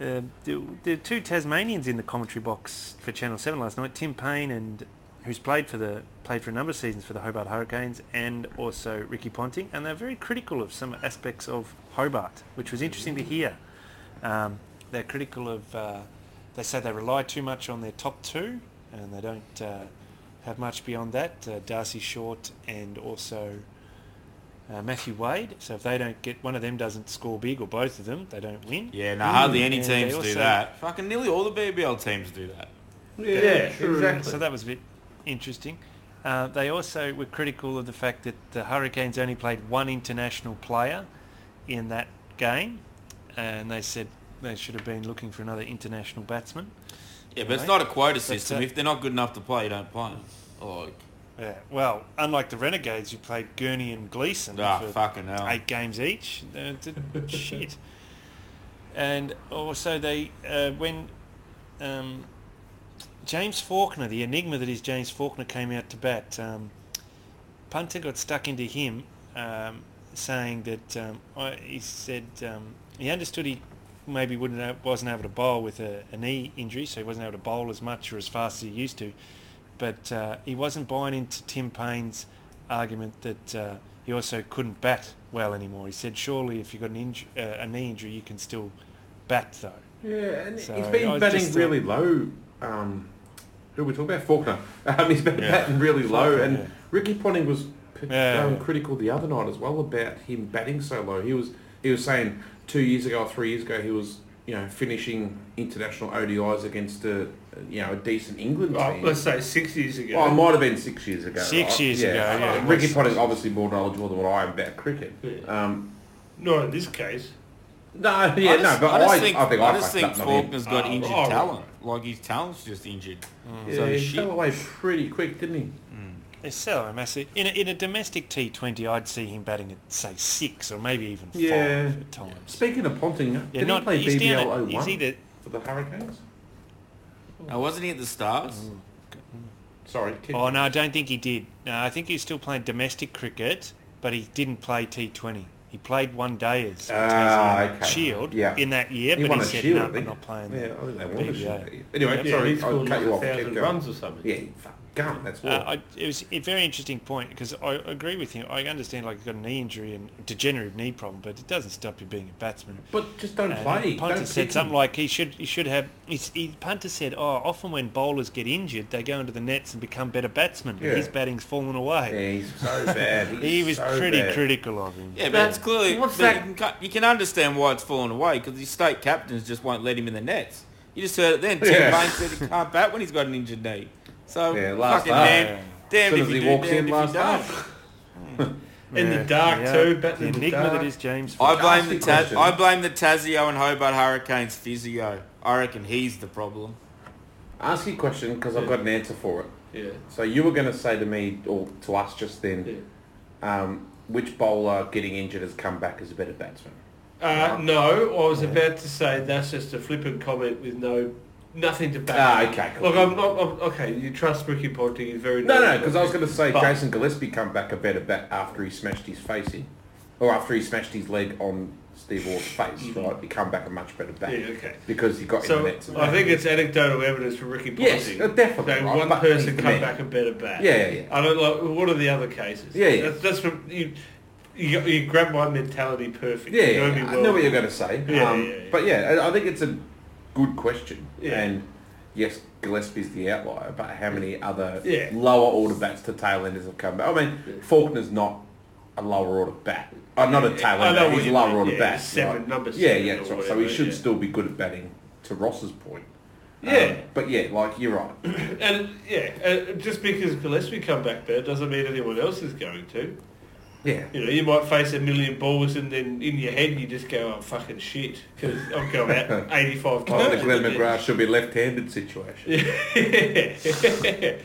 S1: uh, the, the two Tasmanians in the commentary box for Channel Seven last night, Tim Payne and who's played for the played for a number of seasons for the Hobart Hurricanes, and also Ricky Ponting, and they're very critical of some aspects of Hobart, which was interesting to hear. Um, they're critical of. Uh, they say they rely too much on their top two, and they don't uh, have much beyond that. Uh, Darcy Short and also uh, Matthew Wade. So if they don't get one of them doesn't score big or both of them, they don't win.
S3: Yeah, no, hardly any
S1: And Mm, they
S3: teams do
S1: also-
S3: that. Fucking nearly all the BBL teams do that.
S5: Yeah, exactly.
S1: So that was a bit interesting. Uh, they also were critical of the fact that the Hurricanes only played one international player in that game, and they said they should have been looking for another international batsman.
S3: Yeah, but it's
S1: Right.
S3: not a quota
S1: That's
S3: system.
S1: it.
S3: Oh, If they're not good enough to play, you don't play 'em. Like,
S1: Yeah. Well, unlike the Renegades, you played Gurney and Gleason
S3: Ah,
S1: for
S3: fucking hell.
S1: eight games each. Uh, d- shit. And also they uh, when um, James Faulkner, the enigma that is James Faulkner, came out to bat. Um, punter got stuck into him, um, saying that um, I, he said um, he understood he maybe wouldn't a- wasn't able to bowl with a, a knee injury, so he wasn't able to bowl as much or as fast as he used to. But uh, he wasn't buying into Tim Payne's argument that uh, he also couldn't bat well anymore. He said, surely if you've got an inj- uh, a knee injury, you can still bat though.
S2: Yeah, and
S1: So,
S2: he's
S1: I
S2: been
S1: was
S2: batting
S1: just, uh,
S2: really low. Um, who are we talking about? Faulkner. Um, he's been
S3: Yeah.
S2: batting really low,
S1: Faulkner,
S2: Oh, and
S1: yeah.
S2: Ricky Ponting was p-
S1: Yeah.
S2: um, critical the other night as well about him batting so low. He was he was saying two years ago or three years ago he was you know finishing international ODIs against a you know a decent England
S5: Oh,
S2: team.
S5: let's say six years ago.
S2: Well, it might have been six years ago.
S1: Six
S2: right?
S1: years ago, yeah.
S2: Uh, Ricky Ponting's obviously more knowledgeable than what I am about cricket.
S5: Yeah.
S2: Um,
S5: Not in this case.
S2: no, yeah,
S3: I just,
S2: no, but I,
S3: I just think,
S2: I think I, fucked
S3: just think
S2: up, not him.
S3: Faulkner's got
S5: Oh,
S3: injured
S5: all right.
S3: talent. Like his talent's just injured. So
S2: Mm. Yeah, he
S3: shit.
S2: fell away pretty quick, didn't he?
S1: They sell him. I see. In a, in a domestic T20, I'd see him batting at, say, six or maybe even
S2: Yeah.
S1: five at times.
S2: Speaking of Ponting, did
S1: Yeah,
S2: he
S1: not,
S2: play
S1: he's down at,
S2: BBL
S1: he's
S2: 01
S1: either,
S2: for the Hurricanes?
S3: Now, wasn't he at the Stars?
S2: Mm. Sorry, kid.
S1: Oh, no, I don't think he did. No, I think he's still playing domestic cricket, but he didn't play T20. He played one day as
S2: Ah,
S1: Tasmanian
S2: okay.
S1: Shield
S2: Yeah.
S1: in that year,
S2: He
S1: but
S2: won
S1: he
S2: a
S1: said,
S2: shield,
S1: no,
S2: I
S1: I'm
S2: think.
S1: not playing
S2: yeah, I think they won the
S1: BBL.
S2: shield. Anyway,
S1: Yeah,
S2: sorry,
S4: he
S2: I'll
S4: scored
S2: cut
S4: like
S2: you
S4: a
S2: off. Keep
S4: thousand
S2: going.
S4: runs or something.
S2: Yeah, fuck, gum, that's all.
S1: Uh, I, it was a very interesting point because I agree with him. I understand like you've got a knee injury and degenerative knee problem, but it doesn't stop you being a batsman.
S2: but just don't
S1: And
S2: play.
S1: Punter
S2: Don't
S1: uh, said
S2: pick
S1: something
S2: him.
S1: like he should he should have. He's, he, Punter said, "Oh, often when bowlers get injured, they go into the nets and become better batsmen.
S2: Yeah.
S1: His batting's fallen away."
S2: Yeah, he's so bad. He's
S1: he was
S2: so
S1: pretty
S2: bad.
S1: critical of him.
S3: Yeah, but it's clearly.
S4: What's
S3: but
S4: that?
S3: You can, cut- you can understand why it's fallen away because his state captains just won't let him in the nets. You just heard it then. Tim
S2: Yeah.
S3: Payne said he can't bat when he's got an injured knee. So
S2: Yeah, last
S3: fucking
S2: half.
S3: damn, damned
S2: Soon
S3: if
S2: as
S3: you
S2: he
S3: do,
S2: walks
S3: damned
S2: in
S3: if
S2: last
S3: you don't.
S2: half.
S5: In the dark
S1: Yeah.
S5: too, but
S1: the
S5: in the
S1: enigma
S5: dark.
S1: that is James.
S3: I
S1: Fox.
S3: blame the
S2: Nasty
S3: Tas
S2: question.
S3: I blame the Tasio and Hobart Hurricanes physio. I reckon he's the problem.
S2: Ask you a question because I've got an answer for it.
S5: yeah.
S2: So you were going to say to me or to us just then, um, which bowler getting injured has come back as a better batsman?
S5: Uh, no, I was about to say that's just a flippant comment with no nothing to back.
S2: Ah,
S5: it up.
S2: okay, cool.
S5: Look, I'm not. I'm, okay, you trust Ricky Ponting? He's very
S2: No, no,
S5: knowledgeable.
S2: because I was going to say
S5: But-
S2: Jason Gillespie come back a better bat after he smashed his face in, or after he smashed his leg on Steve Ward's face, right? He come back a much better bat
S5: Mm-hmm. Yeah, okay.
S2: because he got in
S5: So
S2: the nets. and
S5: I
S2: that.
S5: think it's anecdotal evidence from Ricky Ponting.
S2: Yes, uh, definitely,
S5: That
S2: right,
S5: one
S2: but he's
S5: person
S2: the
S5: come
S2: man.
S5: back a better bat.
S2: Yeah, yeah, yeah.
S5: I don't like. What are the other cases?
S2: Yeah, yeah.
S5: That's, that's from you. You, you grab my mentality perfect.
S2: Yeah,
S5: You
S2: yeah,
S5: know me
S2: yeah, I
S5: well.
S2: know what you're going to say.
S5: Yeah,
S2: um,
S5: yeah, yeah.
S2: But yeah, I- I think it's a good question.
S5: Yeah.
S2: And yes, Gillespie's the outlier, but how many other
S5: Yeah.
S2: lower order bats to tailenders have come back? I mean, Faulkner's not a lower order bat. Oh, not a
S5: I know
S2: tailender,
S5: what
S2: he's a
S5: you
S2: lower
S5: mean,
S2: order
S5: yeah,
S2: bat.
S5: seven,
S2: right?
S5: number
S2: Yeah,
S5: seven
S2: yeah,
S5: or
S2: that's right. so
S5: whatever,
S2: he should
S5: yeah.
S2: still be good at batting, to Ross's point. Um,
S5: Yeah.
S2: but yeah, like, you're right.
S5: And yeah, uh, just because Gillespie come back better doesn't mean anyone else is going to.
S2: Yeah.
S5: You know, you might face a million balls and then in your head you just go, oh, fucking shit, because I'm going out 85
S2: Well, the
S5: times.
S2: Glenn McGrath should be left-handed situation.
S5: Yeah.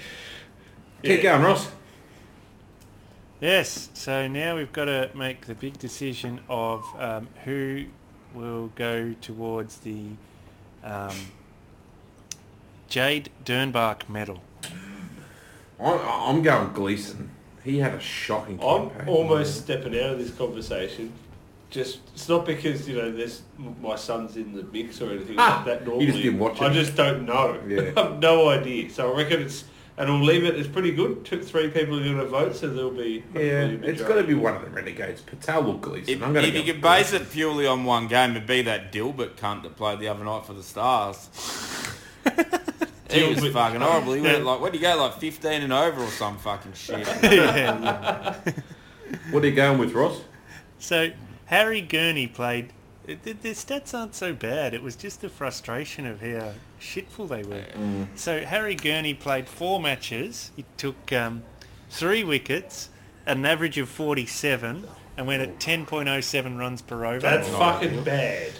S2: Keep going, Ross.
S1: Yes, so now we've got to make the big decision of um, who will go towards the um, Jade Dernbach medal.
S2: I'm, I'm going Gleason. He had a shocking
S5: I'm
S2: campaign.
S5: almost stepping out of this conversation. Just it's not because you know there's my son's in the mix or anything
S2: Ah,
S5: like that.
S2: you
S5: Normally,
S2: just didn't watch
S5: I
S2: it.
S5: just don't know.
S2: Yeah.
S5: I've no idea. So I reckon it's and we'll leave it. It's pretty good. Two, three people are going to vote, so there'll be
S2: Yeah,
S5: hopefully a
S2: it's got to
S5: majority.
S2: be one of the Renegades. Patel or Gleason.
S3: If,
S2: I'm going
S3: if
S2: to
S3: you could base it purely on one game, it'd be that Dilbert cunt that played the other night for the Stars. he was
S5: Dilbert.
S3: fucking horrible. He went like, what do you go, like 15 and over or some fucking shit.
S2: What are you going with, Ross?
S1: So Harry Gurney played. th- th- Their stats aren't so bad. It was just the frustration of how shitful they were. So Harry Gurney played four matches. He took um, three wickets, at an average of 47, and went at 10.07 runs per over.
S5: That's fucking bad.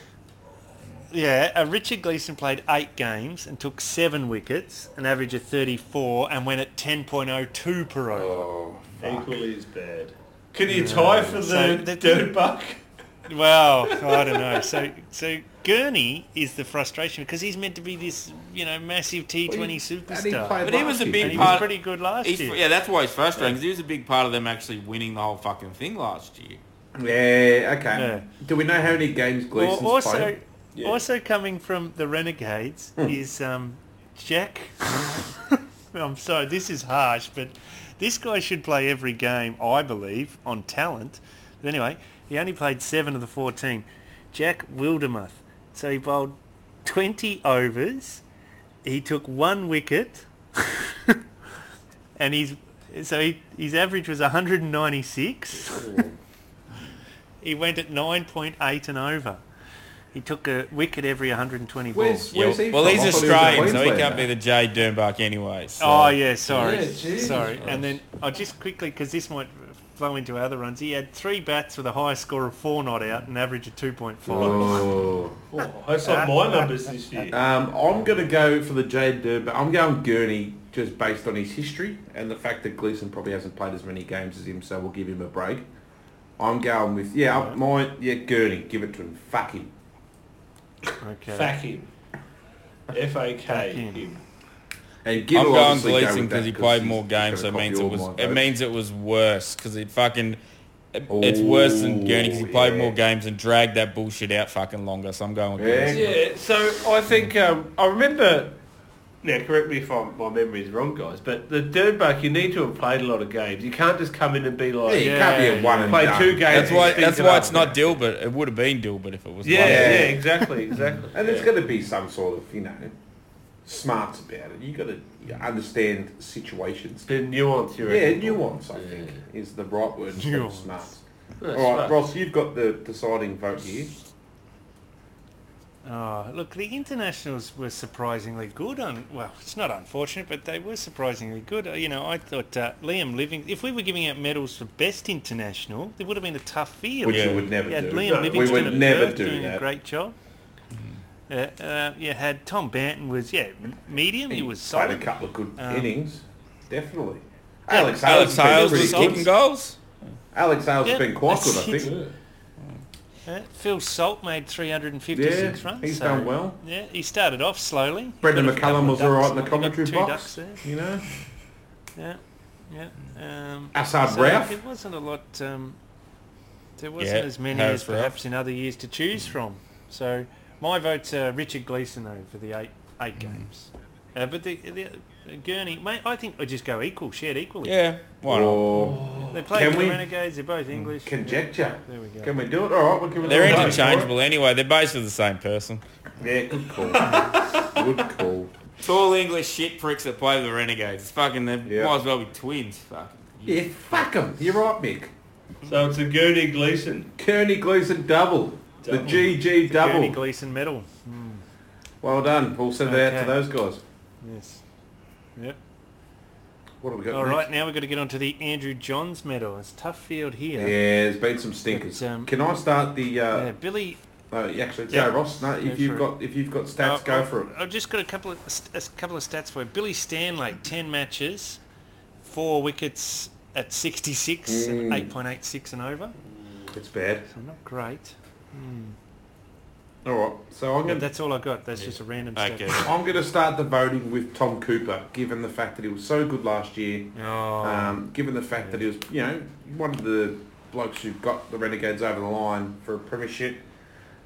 S1: yeah, uh, Richard Gleeson played eight games and took seven wickets, an average of 34, and went at 10.02 per over.
S2: Oh,
S5: Equally as bad. Can you tie for
S1: So
S5: the
S1: the-
S5: dirt buck?
S1: Well, I don't know. So, so Gurney is the frustration because he's meant to be this, you know, massive T20 superstar.
S2: And he played
S3: But he was
S2: last
S3: a
S2: year,
S3: big
S1: and he
S2: didn't
S1: was
S3: part-
S1: pretty good last
S3: He's,
S1: year.
S3: yeah, that's why he's frustrating because he was a big part of them actually winning the whole fucking thing last year.
S2: Yeah, okay.
S1: Yeah.
S2: Do we know how many games
S1: Al-
S2: Gleason's
S1: also,
S2: played?
S5: Yeah.
S1: also coming from the Renegades is um, Jack. I'm sorry, this is harsh, but this guy should play every game, I believe, on talent. But anyway, he only played seven of the 14. Jack Wildermuth. So he bowled 20 overs. He took one wicket. and he's so he, his average was 196. he went at 9.8 and over. He took a wicket every 120 balls.
S2: Where's, where's he
S3: well,
S2: from?
S3: he's
S2: I thought was a
S3: Australian, so he
S2: Queenslander.
S3: can't be the Jay Dernbach anyway. So.
S1: Oh yeah, sorry,
S5: Yeah, Jesus
S1: sorry.
S5: Christ.
S1: And then I just quickly because this might flow into our other runs. He had three bats with a high score of four not out and average of two point five.
S2: Oh.
S5: Oh, that's not my numbers this year.
S2: Um, I'm going to go for the Jade Durban. I'm going Gurney just based on his history and the fact that Gleason probably hasn't played as many games as him, so we'll give him a break. I'm going with, yeah, I- my, yeah, Gurney. Give it to him. Fuck him.
S1: Okay.
S5: Fack him. F-A-K
S1: him.
S5: him.
S2: And
S3: I'm
S2: will
S3: going
S2: obviously go
S3: Gleason
S2: with that
S3: because he played
S2: he's-
S3: more
S2: he's
S3: games, so
S2: gonna
S3: it means
S2: copy
S3: it
S2: all
S3: was
S2: my
S3: it
S2: votes.
S3: means it was worse because it fucking it- it's worse than Gurney because he played
S2: Ooh,
S3: more
S2: yeah.
S3: games and dragged that bullshit out fucking longer. So I'm going with
S2: Yeah.
S3: Gurney.
S5: Yeah, so I think um, I remember. Now, correct me if I'm, my memory is wrong, guys, but the Dernbach, you need to have played a lot of games. You can't just come in and be
S2: Yeah,
S5: like,
S2: he can't be a one and
S5: play
S2: done.
S5: two games.
S3: That's why
S5: and
S3: that's
S5: stink it
S3: why
S5: up.
S3: it's not Dilbert. It would have been Dilbert if it was.
S5: Yeah,
S3: London.
S5: yeah,
S2: Yeah.
S5: exactly, exactly.
S2: And
S5: yeah.
S2: there's got to be some sort of, you know, smarts about it. you got to understand situations.
S5: the nuance. You
S2: Yeah,
S5: reckon?
S2: nuance, I think, is the right word instead of
S1: Nuance.
S2: smarts.
S5: That's
S2: All right,
S5: right.
S2: Ross, you've got the deciding vote here.
S1: Oh, look, the internationals were surprisingly good. On well, it's not unfortunate, but they were surprisingly good. Uh, You know, I thought uh, Liam Living. If we were giving out medals for best international, there would have been a tough field.
S2: Which
S3: Yeah.
S2: you would never
S1: You had
S2: do.
S1: Liam
S5: No, we
S1: Livingston
S2: would
S1: at
S2: never
S1: Perth
S2: do
S1: doing
S2: that.
S1: a great job.
S2: Hmm.
S1: Uh, uh, you had Tom Banton was yeah m- medium. He was
S2: played a
S1: solid.
S2: couple of good
S1: Um,
S2: innings, definitely. Alex Hales,
S3: Alex
S2: has been
S3: Hales
S2: pretty
S3: was
S2: good.
S3: kicking goals.
S2: Alex Hales
S1: Yeah,
S2: has been quite good, I
S1: that's-
S2: think.
S1: Uh, Phil Salt made 356
S2: Yeah,
S1: runs.
S2: he's
S1: so-
S2: done well.
S1: Yeah, he started off slowly.
S2: Brendan
S1: Got a couple
S2: McCullum
S1: of
S2: was all right in the
S1: ducks. He got
S2: commentary
S1: two
S2: box.
S1: ducks
S2: You know,
S1: there. Yeah, yeah. Um,
S2: Assad
S1: so
S2: Ralph.
S1: There wasn't a lot. Um, there wasn't
S3: Yeah, Mm.
S1: as many
S3: Harris
S1: as
S3: Ralph.
S1: perhaps in other years to choose from. So my vote's uh, Richard Gleeson though for the eight
S3: Mm.
S1: eight games. Uh, but the, the Gurney, mate, I think I just go equal, shared equally.
S3: Yeah, why not?
S2: Or
S1: They play
S2: Can
S1: for the
S2: we-
S1: Renegades. They're both
S3: Mm.
S1: English.
S2: conjecture.
S1: There we go.
S2: Can we do it? All right, we'll give it
S3: They're
S2: a go.
S3: interchangeable anyway. They're basically the same person.
S2: Yeah, good call. good call.
S3: Tall English shit pricks that play the Renegades. It's fucking. They
S2: Yeah.
S3: might as well be twins. Fucking.
S2: Yeah, fuck 'em. You're right, Mick.
S5: So it's a Gurney Gleason.
S2: Kearney Gleason double. The
S5: Double.
S2: GG
S1: Gurney
S2: double.
S1: Gleeson medal.
S2: Well done. We'll send that out to
S1: Okay.
S2: those guys.
S1: Yes. Yep.
S2: What have we got
S1: All
S2: next?
S1: right, now we've got to get on to the Andrew Johns medal. It's a tough field
S2: Yeah,
S1: here.
S2: there's been some stinkers.
S1: But, um,
S2: Can I start the? Uh,
S1: Yeah, Billy
S2: oh, yeah, actually,
S1: Yeah.
S2: go Ross. No,
S1: Go
S2: if
S1: for
S2: you've
S1: it.
S2: got if you've got
S1: Uh,
S2: stats, go
S1: I've-
S2: for it.
S1: I've just got a couple of st- a couple of stats for you. Billy Stanley, ten matches, four wickets at 66 and
S2: Mm.
S1: 8.86 and over.
S2: It's bad.
S1: So not great.
S2: All right, so I'm
S1: But
S2: going. to
S1: that's all I got. That's just a random stat.
S3: Okay.
S2: I'm going to start the voting with Tom Cooper, given the fact that he was so good last year.
S1: Oh,
S2: Um, given the fact that he was, you know, one of the blokes who got the Renegades over the line for a premiership.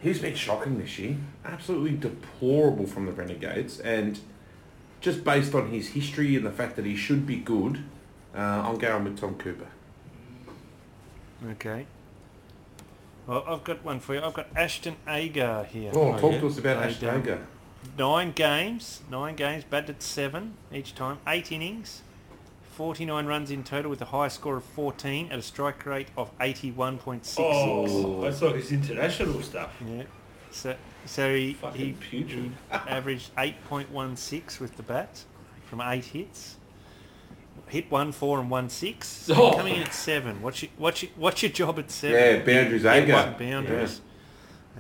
S2: He's been shocking this year. Absolutely deplorable from the Renegades. And just based on his history and the fact that he should be good, uh, I'm going with Tom Cooper.
S1: okay. Well, I've got one for you. I've got Ashton Agar here.
S2: Oh, talk
S3: yeah.
S2: to us about
S1: I
S2: Ashton
S1: don't-
S2: Agar.
S1: Nine games, nine games, batted seven each time, eight innings, 49 runs in total with a high score of 14 at a strike rate of 81.66.
S5: Oh, I thought his international stuff.
S1: Yeah. So so he, he,
S5: Fucking
S1: he
S5: putrid.
S1: averaged 8.16 with the bat from eight hits. Hit one four and one six. So
S5: Oh.
S1: Coming in at seven. What's your, what's your, what's your job at seven?
S2: Yeah, boundaries
S1: Hit
S2: Agar.
S1: one boundaries.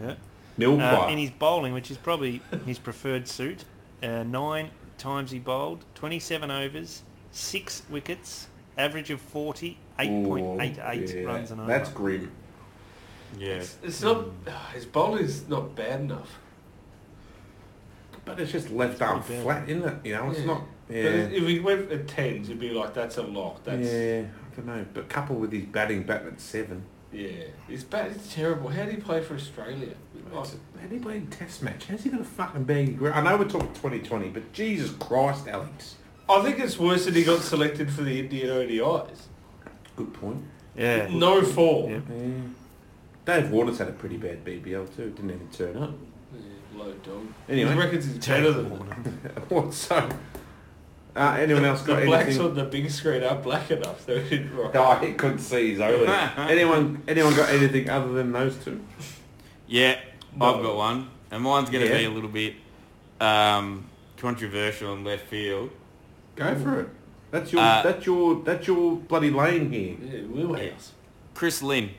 S1: Yeah.
S2: Nil
S1: Uh,
S2: quite.
S1: in his bowling, which is probably his preferred suit. Uh, nine times he bowled, 27 overs, six wickets, average of 40, 8.88
S2: Ooh, Oh, yeah,
S1: runs an over.
S2: That's grim.
S3: Yeah.
S5: It's, it's not
S2: Hmm.
S5: his bowling's not bad enough.
S2: But it's just left arm
S1: pretty bad.
S2: flat, isn't it? You know, it's
S5: Yeah.
S2: not...
S5: But
S2: Yeah.
S5: if we went at tens, it'd be like that's a lock. That's
S2: yeah,
S5: yeah.
S2: I don't know. But coupled with his batting back at seven.
S5: His bat is terrible. How do you play for Australia?
S2: How did he play in test match? How's he going to fucking be in gr- I know we're talking 2020, but Jesus Christ, Alex.
S5: I think it's worse that he got selected for the Indian ODIs.
S2: Good point.
S1: yeah.
S5: No form.
S1: Yeah.
S2: Yeah. Dave Waters had a pretty bad BBL too. Didn't even turn up.
S5: Yeah, Low dog.
S2: Anyway.
S5: He reckons he's better than them.
S2: what so? Uh, anyone else
S5: The
S2: got
S5: blacks
S2: anything?
S5: on the big screen are black enough. They didn't rock.
S2: No, I couldn't see his only. anyone? Anyone got anything other than those two?
S3: Yeah,
S5: No.
S3: I've got one, and mine's going to
S2: Yeah.
S3: be a little bit um, controversial in left field.
S2: Go for it. That's your.
S3: Uh,
S2: that's your. That's your bloody lane here.
S5: Yeah, wheelhouse.
S3: Chris Lynn.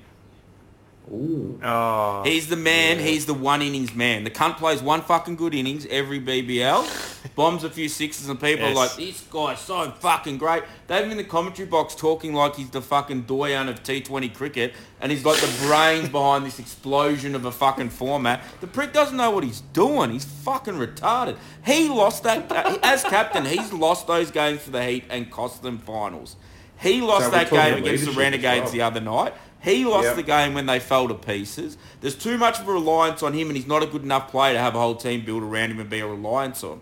S2: Ooh.
S1: Oh,
S3: He's the man. He's the one innings man. The cunt plays one fucking good innings every BBL, bombs a few sixes, and people
S1: Yes.
S3: are like, "This guy's so fucking great." They have him in the commentary box talking like he's the fucking doyen of T20 cricket, and he's like the brains behind this explosion of a fucking format. The prick doesn't know what he's doing. He's fucking retarded. He lost that as captain. He's lost those games for the Heat and cost them finals. He lost
S2: we're
S3: that
S2: talking
S3: game against
S2: leadership
S3: the
S2: as
S3: Renegades
S2: well.
S3: the other night. He lost
S2: Yep.
S3: the game when they fell to pieces. There's too much of a reliance on him, and he's not a good enough player to have a whole team built around him and be a reliance on.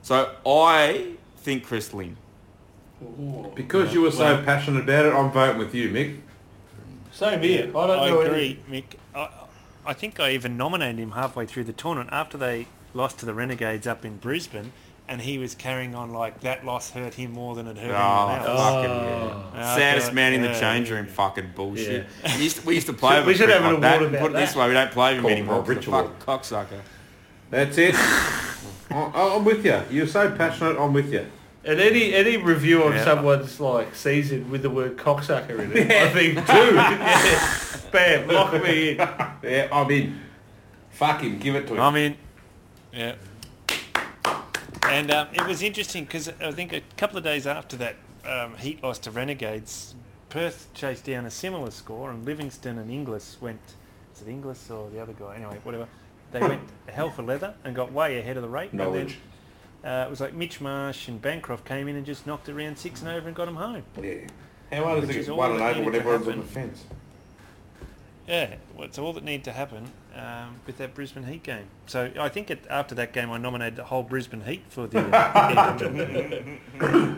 S3: So I think Chris Lynn.
S5: Ooh.
S2: Because you were so passionate about it, I'm voting with you, Mick.
S5: Same here. I don't
S1: I
S5: know
S1: agree, Mick. I, I think I even nominated him halfway through the tournament after they lost to the Renegades up in Brisbane, and he was carrying on like that loss hurt him more than it hurt anyone else.
S3: fucking yeah.
S1: Yeah,
S3: saddest
S1: okay.
S3: man in the
S1: Yeah,
S3: change
S1: yeah,
S3: room. Fucking bullshit. We, used to, we used to play with
S5: We
S3: a
S5: should
S3: prick
S5: have
S3: like
S5: an
S3: that.
S5: award about
S3: Put it this way, we don't play with him
S2: Call
S3: anymore.
S2: him a
S3: He's a
S2: ritual.
S3: fucking cocksucker.
S2: That's it. I, I'm with you. You're so passionate. I'm with you.
S5: And any any review on
S1: Yeah.
S5: someone's like season with the word cocksucker in it, I think, dude, yeah, bam, lock me in.
S2: Yeah, I'm in. Fuck him. Give it to him.
S1: I mean, yeah. And um, it was interesting because I think a couple of days after that um, Heat loss to Renegades, Perth chased down a similar score, and Livingston and Inglis went. Is it Inglis or the other guy? Anyway, whatever. They went hell for leather and got way ahead of the rate. and then,
S2: Knowledge.
S1: uh, it was like Mitch Marsh and Bancroft came in and just knocked it round six and over and got them home.
S2: Yeah. How hard is
S1: Which
S2: it
S1: is
S2: to
S1: all
S2: one and
S1: that
S2: over when
S1: needed to
S2: everyone's on the
S1: happen.
S2: fence?
S1: Yeah, well, it's all that needed to happen um, with that Brisbane Heat game. So I think it, after that game, I nominated the whole Brisbane Heat for the uh, editor,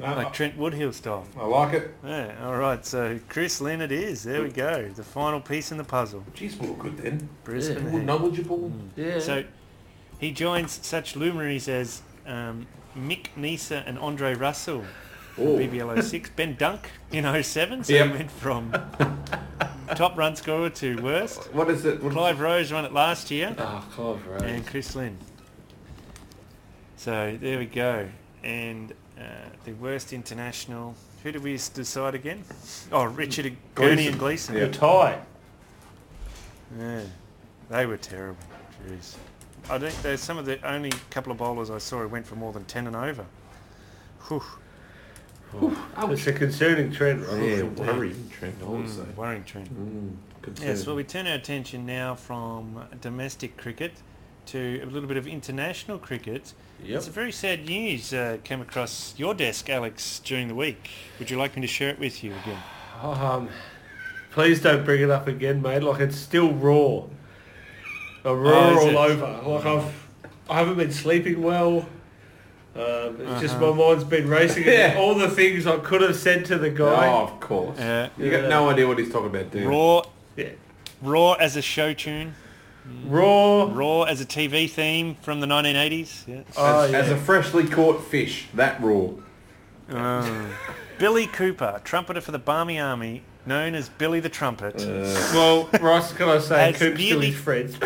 S2: No,
S1: like
S2: I,
S1: Trent Woodhill style.
S2: I like it.
S1: Yeah, all right. So Chris Leonard is there. We go. The final piece in the puzzle.
S2: Jeez, we look good then.
S1: Brisbane
S2: We're
S1: Heat.
S2: knowledgeable.
S5: Yeah.
S1: So he joins such luminaries as um, Mick Nisa and Andre Russell from
S2: Oh.
S1: BBL 06, Ben Dunk in 07, so he
S2: Yep.
S1: went from top run scorer to worst.
S2: What is it? What
S1: Clive Rose won it last year,
S5: oh, Clive Rose.
S1: and Chris Lynn. So there we go. And uh, the worst international. Who did we s- decide again? Oh, Richard Gurney and Gleason.
S5: The tie.
S1: Yeah, they were terrible. Jeez. I think there's some of the only couple of bowlers I saw who went for more than 10 and over. Whew,
S5: It's a concerning trend, right?
S2: Yeah, worrying trend also.
S5: eh?
S1: mm, worrying trend.
S2: Mm.
S1: Yes, well, we turn our attention now from domestic cricket to a little bit of international cricket.
S5: Yep.
S1: It's a very sad news uh, came across your desk, Alex, during the week. Would you like me to share it with you again?
S5: Um, please don't bring it up again, mate. Like it's still raw. A raw
S1: Oh, is
S5: all
S1: it?
S5: over. Like I've, I haven't been sleeping well. Um, it's just my
S1: Uh-huh.
S5: mind's been racing. and
S2: Yeah.
S5: All the things I could have said to the guy.
S2: Oh, of course.
S1: Uh,
S2: You got
S5: Yeah.
S2: no idea what he's talking about, do you?
S1: raw,
S5: Yeah.
S1: raw as a show tune,
S5: Raw.
S1: raw as a TV theme from the 1980s. Yeah.
S5: Oh,
S2: As, as
S5: yeah.
S2: a freshly caught fish, that raw.
S1: Ah. Billy Cooper, trumpeter for the Barmy Army, known as Billy the Trumpet.
S2: Uh.
S5: Well, Ross, can I say,
S1: As
S5: Coop's still
S1: nearly-
S5: his friends.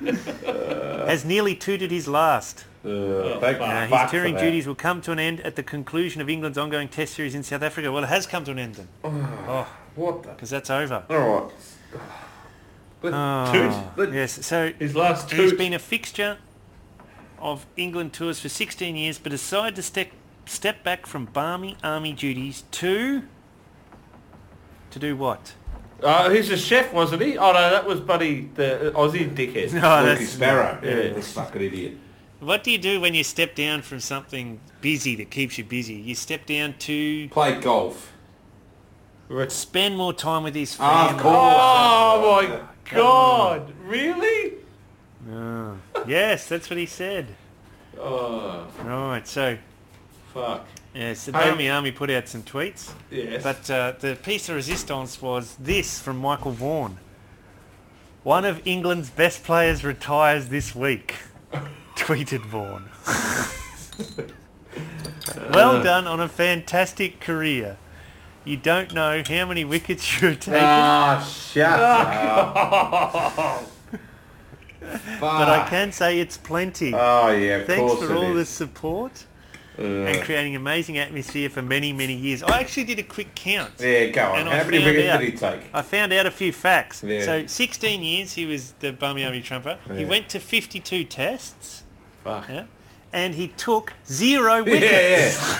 S1: has nearly tooted his last.
S2: Uh, thank
S1: Uh,
S2: fuck
S1: his
S2: for
S1: touring
S2: that.
S1: duties will come to an end at the conclusion of England's ongoing Test series in South Africa. Well, it has come to an end then. Oh,
S2: What the?
S1: because that's over.
S2: All right. Let-
S1: Oh,
S2: Toot, let-
S1: yes, so
S5: His last
S1: he's
S5: two.
S1: been a fixture of England tours for 16 years, but decided to step step back from balmy army duties to to do what?
S5: Oh, he's a chef, wasn't he? Oh no, that was Buddy the Aussie dickhead.
S1: No,
S2: Lucky
S1: Oh, that's,
S2: Sparrow.
S5: yeah.
S2: Yeah, that's fucking idiot.
S1: what do you do when you step down from something busy that keeps you busy? You step down to
S2: Play golf.
S1: spend more time with his
S2: Ah,
S1: family.
S2: of course.
S5: Oh my god! Really?
S1: yes, that's what he said.
S5: Oh
S1: Right, so
S5: fuck.
S1: yes, the
S5: Hey.
S1: Barmy Army put out some tweets,
S5: Yes.
S1: but uh, the piece of resistance was this from Michael Vaughan. One of England's best players retires this week, tweeted Vaughan.
S2: Uh.
S1: well done on a fantastic career. You don't know how many wickets you have taken,
S2: Ah, shut up. Ah.
S1: but I can say it's plenty.
S2: Oh yeah, Ah. of
S1: Thanks
S2: course
S1: for
S2: it
S1: all the
S2: is.
S1: support and creating amazing atmosphere for many, many years. I actually did a quick count.
S2: Yeah, go on.
S1: And I
S2: How many
S1: found
S2: wickets
S1: out-
S2: did he take?
S1: I found out a few facts.
S2: Yeah.
S1: So 16 years he was the Bummy Army Trumper. He
S2: Yeah.
S1: went to 52 tests.
S5: Fuck.
S1: Yeah, and he took zero
S2: Yeah,
S1: wickets.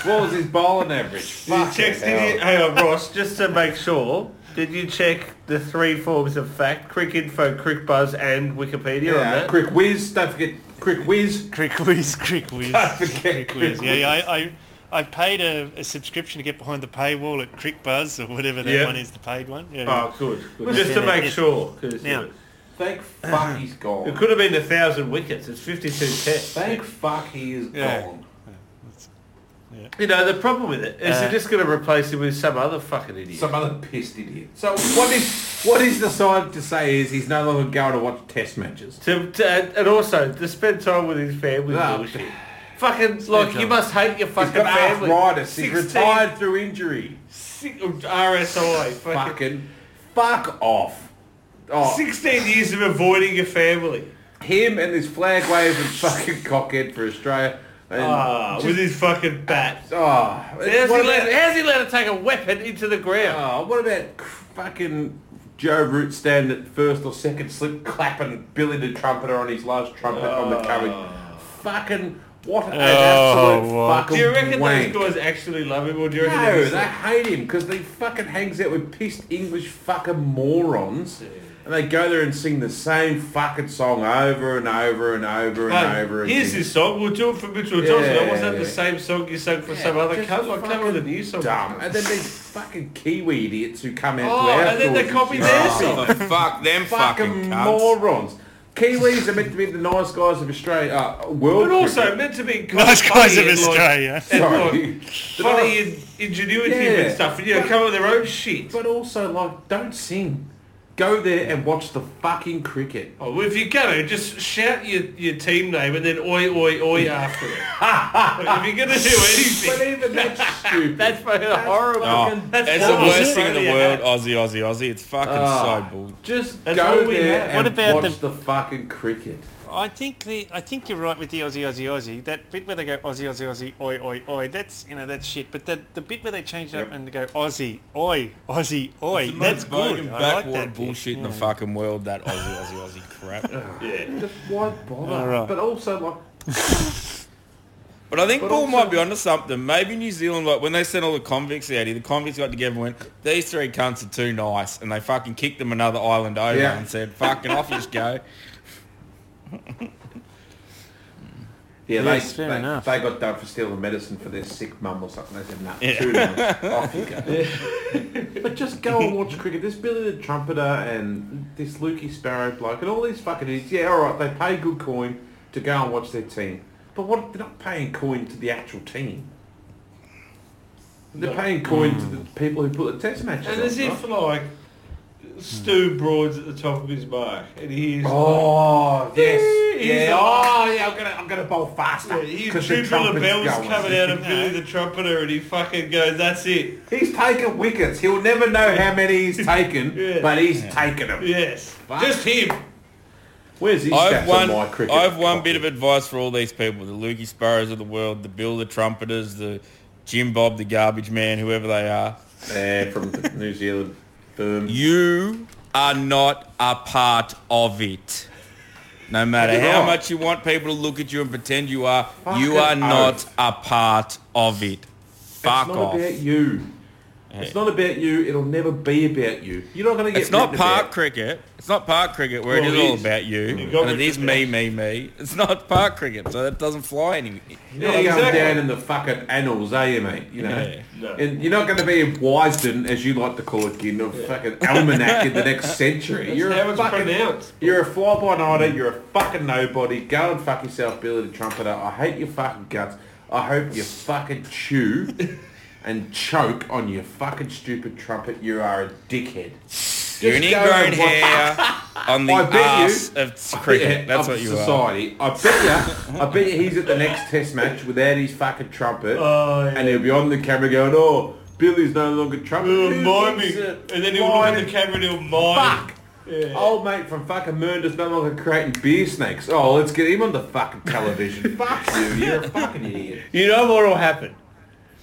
S2: yeah. What was his bowling average?
S5: Did you
S2: Fuck
S5: check, did you, hang on, Ross, just to make sure, did you check the three forms of fact, Crick Info, Crick Buzz and Wikipedia on
S2: Yeah,
S5: that?
S2: quick whiz. Don't forget quick whiz.
S1: Crick whiz, crick whiz.
S2: forget
S1: crick whiz. Yeah, yeah, I, I, I paid a, a subscription to get behind the paywall at Crick Buzz or whatever that
S5: Yeah.
S1: one is, the paid one. Yeah.
S5: Oh, good. good. Just
S1: Yeah,
S5: to
S1: yeah, yeah.
S5: make sure. 'cause
S1: Now-
S2: Thank fuck he's
S5: It
S2: gone.
S5: could have been a thousand wickets. It's 52 tests.
S2: Thank fuck he is
S1: Yeah.
S2: gone.
S5: You know, the problem with it is
S1: Uh,
S5: they're just going to replace him with some other fucking idiot.
S2: Some other pissed idiot. So what is what is the side to say is he's no longer going to watch test matches?
S5: to, to, and also, to spend time with his family
S2: Ah.
S5: bullshit. Fucking, like, you must hate your
S2: He's
S5: fucking
S2: got
S5: family.
S2: arthritis. He's
S5: 16
S2: retired through injury.
S5: si- RSI. Fucking
S2: Fucking fuck off. Oh,
S5: 16 years of avoiding your family.
S2: him and this flag waving fucking cockhead for Australia. And,
S5: Ah, with his fucking bat.
S2: oh,
S5: How's
S2: what
S5: he, let,
S2: about,
S5: how's he let her take a weapon into the ground?
S2: oh, what about cr- fucking Joe Root standing at first or second slip clapping Billy the Trumpeter on his last trumpet on the cover? Fucking what an absolute
S1: what?
S2: fucking
S5: Ah. do you reckon
S2: wank.
S5: those guys actually love him, or do you reckon
S2: No,
S5: just-
S2: they hate him because they fucking hangs out with pissed English fucking morons. And they go there and sing the same fucking song over and over and over and
S5: Hey,
S2: over again.
S5: here's his song. We'll do it for Mitchell Johnson.
S2: Yeah,
S5: That wasn't that the
S2: yeah.
S5: same song you sang for some other
S2: Just
S5: cover? I come with a
S2: fucking
S5: new song.
S2: Dumb. And then these fucking Kiwi idiots who come out
S5: Oh,
S2: to our
S5: and then they
S2: tours
S5: copy
S2: shit.
S5: their song.
S3: Oh, fuck them fucking,
S2: Fucking
S3: cunts.
S2: morons. Kiwis are meant to be the nice guys of Australia, uh, world
S5: But also
S2: cricket.
S5: meant to be kind
S1: Nice
S5: of
S1: guys of
S5: funny and, like,
S1: Australia.
S5: and, like,
S2: Sorry.
S5: funny and ingenuity
S2: Yeah.
S5: and stuff, and you know, come up with their own shit.
S2: But also, like, don't sing. Go there and watch the fucking cricket.
S5: Oh, well, if you're gonna, just shout your, your team name and then oi oi oi after it. Like, if you're gonna do
S2: But
S5: anything,
S2: even that's stupid.
S5: that's fucking horrible.
S3: Oh,
S5: That's
S3: it's the
S5: horrible.
S3: worst thing in the
S5: Australia
S3: world, Aussie, Aussie, Aussie. It's fucking
S2: Ah.
S3: so bull.
S2: Just
S5: That's
S2: go
S5: all we
S2: there
S5: have.
S2: and
S1: What about
S2: watch the... fucking cricket.
S1: I think the I think you're right with the Aussie Aussie Aussie. That bit where they go Aussie Aussie Aussie oi oi oi. That's you know that's shit. But the the bit where they change it up
S2: Yep.
S1: and go Aussie oi Aussie oi.
S3: The
S1: That's
S3: most bogan
S1: good. I like
S3: Backwater
S1: that. bit.
S3: bullshit in the fucking world. That Aussie, Aussie, Aussie crap.
S2: Just why bother?
S1: All right.
S2: But also, like,
S3: But I think
S2: But
S3: Paul
S2: also-
S3: might be onto something. Maybe New Zealand, like when they sent all the convicts out here, the convicts got together and went, "These three cunts are too nice," and they fucking kicked them another island over
S2: Yeah.
S3: and said, "Fucking off, you go."
S2: yeah,
S1: Yes,
S2: they,
S1: fair
S2: they,
S1: enough.
S2: they got done for stealing medicine for their sick mum or something. They said, nah,
S3: Yeah.
S2: too nice. Off you go. but just go and watch cricket. There's Billy the Trumpeter and this Lukey Sparrow bloke and all these fucking idiots. Yeah, all right, they pay good coin to go and watch their team. But what? They're not paying coin to the actual team. They're paying coin to the people who put the test matches
S5: And
S2: on,
S5: as
S2: right?
S5: if like Stu Broad's at the top of his mark, and he is.
S2: Oh yes,
S5: He's
S2: yeah.
S5: like-
S2: Oh yeah, I'm gonna I'm gonna bowl faster.
S5: He's
S2: 'cause the
S5: tubular
S2: trumpet's
S5: bells
S2: going.
S5: coming out of Billy the Trumpeter, and he fucking goes, "That's it,
S2: He's taken wickets. He'll never know how many he's taken,
S5: Yeah.
S2: but he's taken them.
S5: yes,
S2: Fuck.
S5: just him."
S2: Where's his
S3: I've
S2: stats
S3: one,
S2: on my cricket?
S3: I've one bit of advice for all these people: the Lukey Sparrows of the world, the Bill the Trumpeters, the Jim Bob the Garbage Man, whoever they are.
S2: There from New Zealand. Boom.
S3: You are not a part of it. No matter
S2: You're
S3: how
S2: not.
S3: much you want people to look at you and pretend you are,
S2: Fucking
S3: you are not
S2: oath.
S3: a part of it. Fuck
S2: it's not
S3: off.
S2: about you. It's not about you. It'll never be about you. You're not going to get.
S3: It's not
S2: written
S3: park
S2: about.
S3: cricket. It's not park cricket where
S5: Well,
S3: it
S5: it
S3: is all
S5: is.
S3: about you.
S5: got
S3: And it
S5: me
S3: is me, me, me. It's not park cricket, so that doesn't fly anywhere.
S2: You're not
S5: Yeah,
S2: going
S5: exactly.
S2: down in the fucking annals, are you, mate? You know.
S3: Yeah.
S5: No.
S2: And you're not going to be in Wisden, as you like to call it, in the fucking almanac in the next century.
S5: That's
S2: you're
S5: how
S2: a
S5: it's
S2: fucking,
S5: pronounced.
S2: you're a fly by nighter. You're a fucking nobody. Go and fuck yourself, Billy the Trumpeter. I hate your fucking guts. I hope you fucking chew and choke on your fucking stupid trumpet. You are a dickhead.
S3: You're an
S2: Just go and watch-
S3: ingrown hair on the
S2: I bet you-
S3: ass of cricket.
S2: Yeah,
S3: That's
S2: of
S3: what you are.
S2: society. I bet you, I bet you he's at the next test match without his fucking trumpet,
S5: Oh, yeah.
S2: and he'll be on the camera going, "Oh, Billy's no longer trumpet."
S5: He'll
S2: Who
S5: mime
S2: thinks
S5: Oh, me.
S2: it?
S5: And then he'll look at the
S2: Mime.
S5: camera and he'll mime.
S2: Fuck. Old mate from fucking Mernda's no longer creating beer snakes. Oh, let's get him on the fucking television. Fuck you, you're a fucking idiot.
S4: You know what will happen?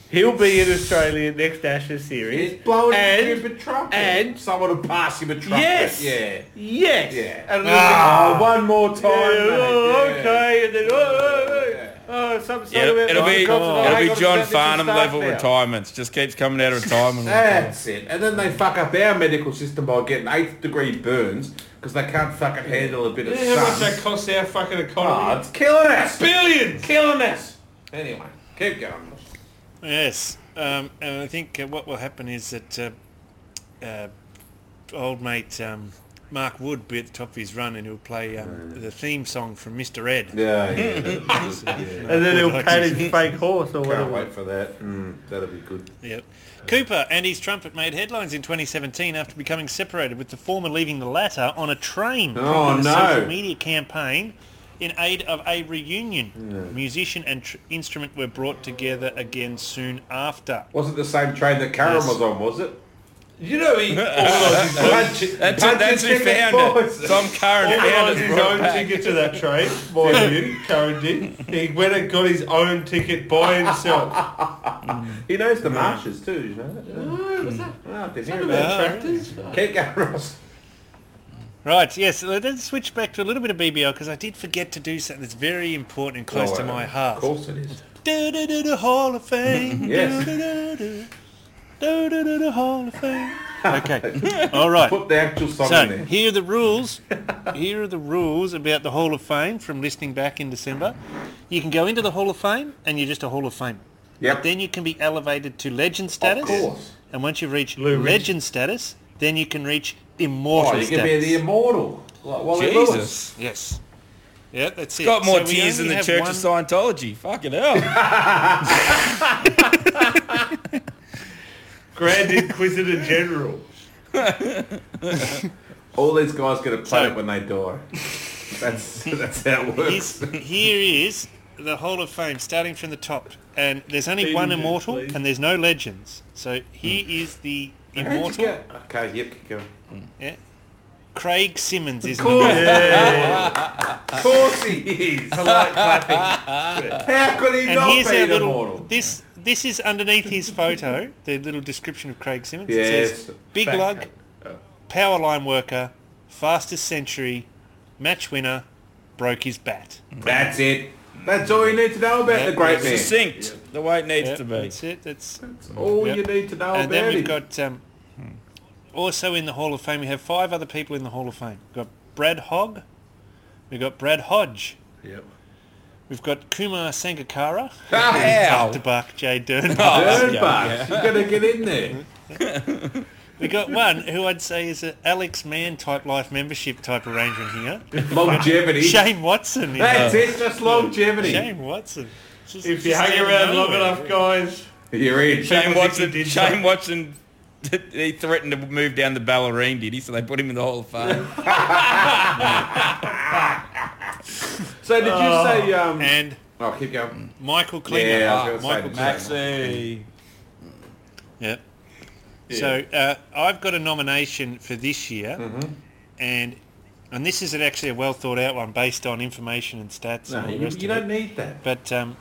S4: He'll be in Australia next Ashes
S2: He's
S4: series.
S2: blowing his
S4: and,
S2: stupid trumpet.
S4: and-
S2: someone will pass him a trumpet.
S4: Yes.
S2: Yeah.
S4: Yes.
S2: Yeah.
S4: And
S2: Ah, one more time.
S4: Yeah,
S2: mate.
S4: oh,
S2: Yeah.
S4: okay, and then oh, oh, oh, oh, some song
S3: It'll,
S4: about
S3: it'll be
S4: Michael Jackson.
S3: it'll
S2: hang
S3: be
S2: on,
S3: John
S2: this is
S3: Farnham
S2: start
S3: level
S2: now.
S3: retirements. Just keeps coming out of retirement.
S2: That's it. And then they fuck up our medical system by getting eighth degree burns because they can't fucking handle a bit of
S5: Yeah, how much
S2: sun.
S5: that costs our fucking
S2: Oh,
S5: economy?
S2: it's killing us.
S5: Billions!
S2: Killing us. Anyway, keep going.
S1: Yes, um, and I think uh, what will happen is that uh, uh, old mate um, Mark Wood be at the top of his run, and he'll play um, the theme song from Mr. Ed.
S2: Yeah, yeah.
S4: And then he'll
S1: Like
S4: paint
S1: he's-
S4: his fake horse or
S2: Can't
S4: whatever.
S2: wait for that. Mm, that'll be good.
S1: Yep. Cooper and his trumpet made headlines in 2017 after becoming separated, with the former leaving the latter on a train.
S2: Oh,
S1: prompting a
S2: no.
S1: Social media campaign in aid of a reunion. Musician and tr- instrument were brought together again soon after.
S2: Wasn't the same train that Karen
S1: Yes.
S2: was on, was it?
S5: You know he organised his
S2: Punch-
S5: own
S3: That's,
S2: punch
S3: that's who
S2: your ticket,
S3: found it.
S2: boys.
S3: Some current found it.
S5: organised his
S3: brought it
S5: own
S3: back.
S5: ticket to that train, mind you, Karen did. He went and got his own ticket by himself.
S2: He knows the marshes too, you know that? Oh, what's that? Oh, I didn't hear about
S5: Tractors?
S2: it. Keep going, Ross.
S1: Right, yes, let's switch back to a little bit of BBL because I did forget to do something that's very important and close to
S2: Oh,
S1: my
S2: Of
S1: heart.
S2: course it is.
S1: Do do do do Hall of Fame. Do
S2: Yes.
S1: do do do do do do Hall of Fame. Okay. All right.
S2: Put the actual song
S1: So
S2: in there.
S1: here are the rules. here are the rules about the Hall of Fame from listening back in December. You can go into the Hall of Fame and you're just a Hall of Famer.
S2: Yep.
S1: Then you can be elevated to legend status.
S2: Of course.
S1: And once you reach
S4: Ridge.
S1: legend status, then you can reach immortal
S2: Oh, you can
S1: status.
S2: be the immortal. Like Wally Lewis.
S3: Jesus.
S1: Yes. Yeah, that's it.
S3: Got more
S1: So we
S3: tears than
S1: only
S3: the
S1: have
S3: Church
S1: one-
S3: of Scientology. Fucking hell.
S5: Grand Inquisitor General.
S2: All these guys get a planet when they die. That's that's how it works.
S1: Here's- Here is the Hall of Fame, starting from the top. And there's only
S5: Legends,
S1: one immortal,
S5: please.
S1: and there's no legends. So
S3: Hmm.
S1: here is the
S2: How'd you
S1: immortal.
S2: get- Okay, yep, keep going.
S1: Yeah. Craig Simmons is
S2: Of course he is. How could he
S1: And
S2: not
S1: here's
S2: be
S1: our
S2: an
S1: little
S2: immortal?
S1: this this is underneath his photo, the little description of Craig Simmons. It
S2: Yes.
S1: says Big
S2: Back-
S1: Lug, power line worker, fastest century, match winner, broke his bat.
S2: That's it. That's all you need to know about the great man.
S3: Succinct. The way it needs
S1: Yep,
S3: to be.
S1: that's it. That's
S2: That's all
S1: Yep.
S2: you need to know
S1: and
S2: about
S1: then we've
S2: him.
S1: got um, also in the Hall of Fame we have five other people in the Hall of Fame. We've got Brad Hogg, we've got Brad Hodge,
S5: Yep.
S1: we've got Kumar Sangakkara,
S3: Ow.
S1: Dr. Buck, Jay Dern.
S2: Bird
S3: Yeah,
S2: bugs. You've got to get in there.
S1: We got one who I'd say is an Alex Mann type life membership type arrangement here.
S2: Longevity.
S1: Shane Watson. is
S2: That's it, just longevity.
S1: Shane Watson. Just-
S5: If you
S1: just
S5: hang
S1: out of
S5: around long
S1: nowhere.
S5: enough, guys.
S2: You're in.
S3: Shane
S5: People think
S3: Watson.
S5: he did
S3: Shane
S5: something.
S3: Watson. He threatened to move down the ballerine, did he? So they put him in the Hall of Fame.
S2: So did you say... Um,
S1: And Mm.
S2: oh, keep going.
S1: Michael Klinger.
S2: Yeah, I was gonna say
S1: Michael
S2: the
S1: Klinger.
S3: Maxie.
S1: Yep. So uh, I've got a nomination for this year,
S2: Mm-hmm.
S1: and and this is actually a well thought out one based on information and stats.
S2: No,
S1: and all the
S2: you,
S1: rest
S2: you
S1: of it.
S2: don't need that.
S1: But um,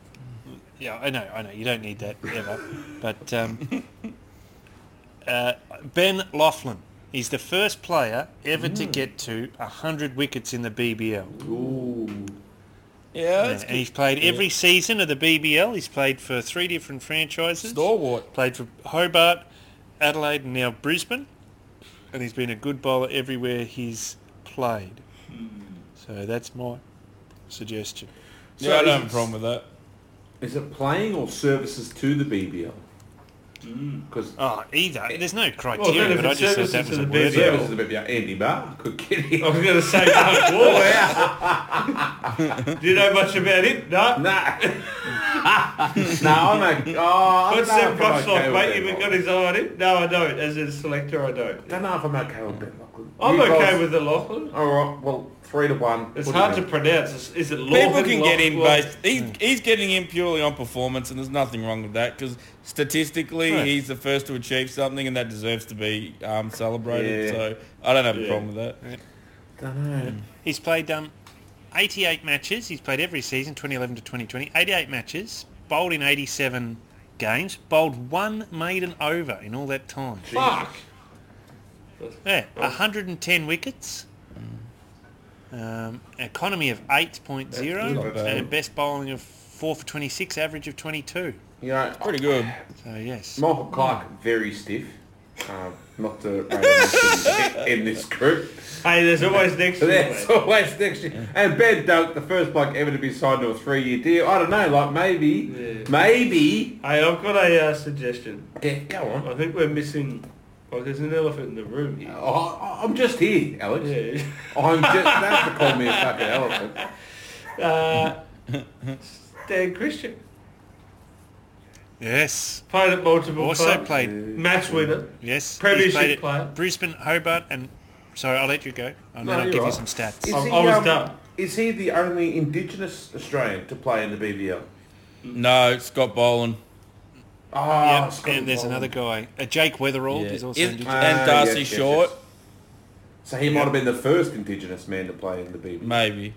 S1: yeah, I know, I know, you don't need that ever. but um, Uh, ben Laughlin. He's the first player ever
S2: Mm.
S1: to get to 100 wickets in the BBL.
S3: Yeah,
S1: and he's played every season of the BBL. He's played for three different franchises.
S3: Stalwart.
S1: Played for Hobart, Adelaide, and now Brisbane. And he's been a good bowler everywhere he's played. So that's my suggestion.
S3: Yeah, I don't have a problem with that.
S2: Is it playing or services to the BBL? Because
S1: Oh, either. There's no
S5: Well,
S1: criteria,
S5: then if
S1: but I
S5: it's
S1: just thought that
S5: services
S1: was a
S5: to the
S1: word.
S2: services is
S5: BBL,
S2: a bit yeah, Andy Barr could get in.
S5: I was going to say Mark Waugh. Do you know much about him? No.
S2: Nah. no, I'm a. Oh, I don't know
S5: What's that
S2: if I'm
S5: Brock's
S2: okay with
S5: like, mate?
S2: Ben
S5: You've got
S2: Lachlan.
S5: his eye on him? No, I don't. As a selector, I don't.
S2: Don't know if I'm okay with Ben Lachlan.
S5: I'm
S2: You
S5: okay
S2: guys-
S5: with the Lachlan.
S2: All right. Well, three to one.
S5: It's
S2: What do
S5: hard
S2: you
S5: to
S2: think?
S5: pronounce. Is- Is it Lachlan?
S3: People can get in
S5: Lachlan?
S3: based. He's, he's getting in purely on performance, and there's nothing wrong with that because statistically,
S1: Right.
S3: he's the first to achieve something, and that deserves to be um, celebrated.
S2: Yeah.
S3: So I don't have a
S5: Yeah.
S3: problem with that.
S2: Dunno.
S1: He's played um, 88 matches. He's played every season, 2011 to 2020. 88 matches. Bowled in 87 games. Bowled one maiden over in all that time.
S5: Fuck.
S1: Yeah, 110 wickets. Um, economy of 8.0
S3: bad.
S1: and a best bowling of 4 for 26, average of 22.
S2: You know,
S3: Pretty good.
S1: So yes.
S2: Michael Clark very stiff. Um, not to rate him in this group.
S5: Hey, there's always next
S2: So
S5: year,
S2: that's
S5: mate.
S2: always next year. And Ben Dunk, the first bloke ever to be signed to a three-year deal. I don't know, like maybe,
S5: Yeah.
S2: maybe.
S5: Hey, I've got a uh, suggestion.
S2: Yeah, go on.
S5: I think we're missing. Well, there's an elephant in the room here.
S2: Oh, I'm just here, Alex.
S5: Yeah.
S2: I'm just. That's to call me a fucking elephant.
S5: Uh, Stan Christian
S1: Yes.
S5: played at multiple.
S1: Also
S5: clubs.
S1: played.
S5: match winner.
S1: Yes. he's
S5: Premiership
S1: played at
S5: player.
S1: Brisbane, Hobart, and sorry, I'll let you go, and
S2: No,
S1: then I'll
S2: you're
S1: give you
S2: right.
S1: some stats.
S2: Is
S5: I'm- I was
S2: um,
S5: done.
S2: Is he the only Indigenous Australian to play in the
S1: Oh,
S2: BBL?
S3: No, Scott Boland.
S2: Oh,
S1: Yep,
S2: Scotty
S1: and there's
S2: Boland.
S1: another guy, uh, Jake Weatherall,
S3: Yeah.
S1: is also
S3: Is-
S1: injured.
S2: Ah,
S3: and Darcy
S2: yes, yes,
S3: Short,
S2: yes. So he might have been the first Indigenous man to play in the BBL.
S3: maybe.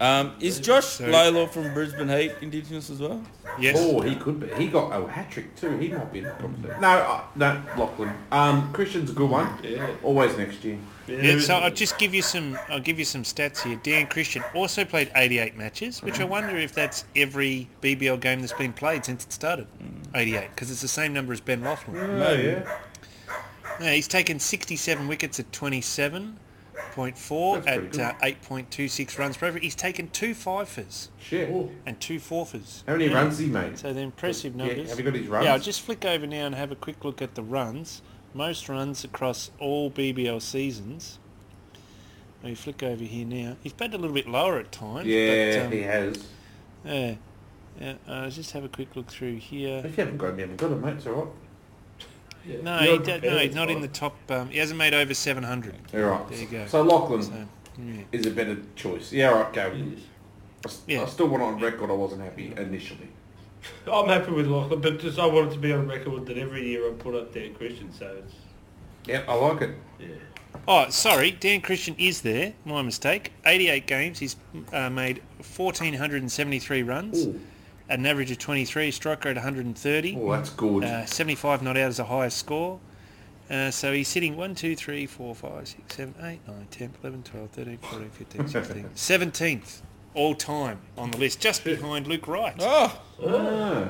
S3: Um, is Josh
S1: So-
S3: Lowlaw from Brisbane Heat Indigenous as well?
S1: yes.
S2: Oh, he could be. He got a hat trick too. He might be. in the conversation. No, uh, no, Lachlan. Um, Christian's a good one.
S5: Yeah.
S2: Always next year.
S1: Yeah, so uh, I'll just give you some. I'll give you some stats here. Dan Christian also played 88 matches, which I wonder if that's every BBL game that's been played since it started. 88, because it's the same number as Ben Laughlin.
S2: Oh yeah.
S1: Yeah, he's taken 67 wickets at 27.4
S2: That's pretty
S1: at uh, 8.26 runs per over. He's taken two fifers
S2: Shit.
S1: and two fourfers.
S2: How many runs he made?
S1: So the Oh. impressive
S2: Yeah,
S1: numbers.
S2: have you got his runs?
S1: Yeah, I'll just flick over now and have a quick look at the runs. Most runs across all BBL seasons. We flick over here now. He's batted a little bit lower at times.
S2: yeah,
S1: But, um,
S2: he has.
S1: yeah. Yeah, uh, let's just have a quick look through here.
S2: If you haven't got him, you haven't got him, mate. It's all right.
S1: No, he don't- no, he's not in the top. Um, he hasn't made over 700.
S2: All right.
S1: There you go.
S2: So Lachlan
S1: So, yeah.
S2: is a better choice. Yeah, all right, go. with it. I s-
S1: Yeah.
S2: I still want it on record. I wasn't happy initially.
S5: I'm happy with Lachlan, but just I wanted to be on record that every year I put up Dan Christian, so it's
S2: Yeah, I like it.
S5: yeah.
S1: Oh, sorry, Dan Christian is there. My mistake. 88 games. He's uh, made 1,473 runs.
S2: Ooh.
S1: An average of 23. Striker at 130.
S2: Oh, that's good.
S1: Uh, 75 not out is the highest score. Uh, so he's sitting 1, 2, 3, 4, 5, 6, 7, 8, 9, 10, 11, 12, 13, 14, 15, 16. 17th all time on the list, just behind Luke Wright.
S3: Oh,
S2: Ah.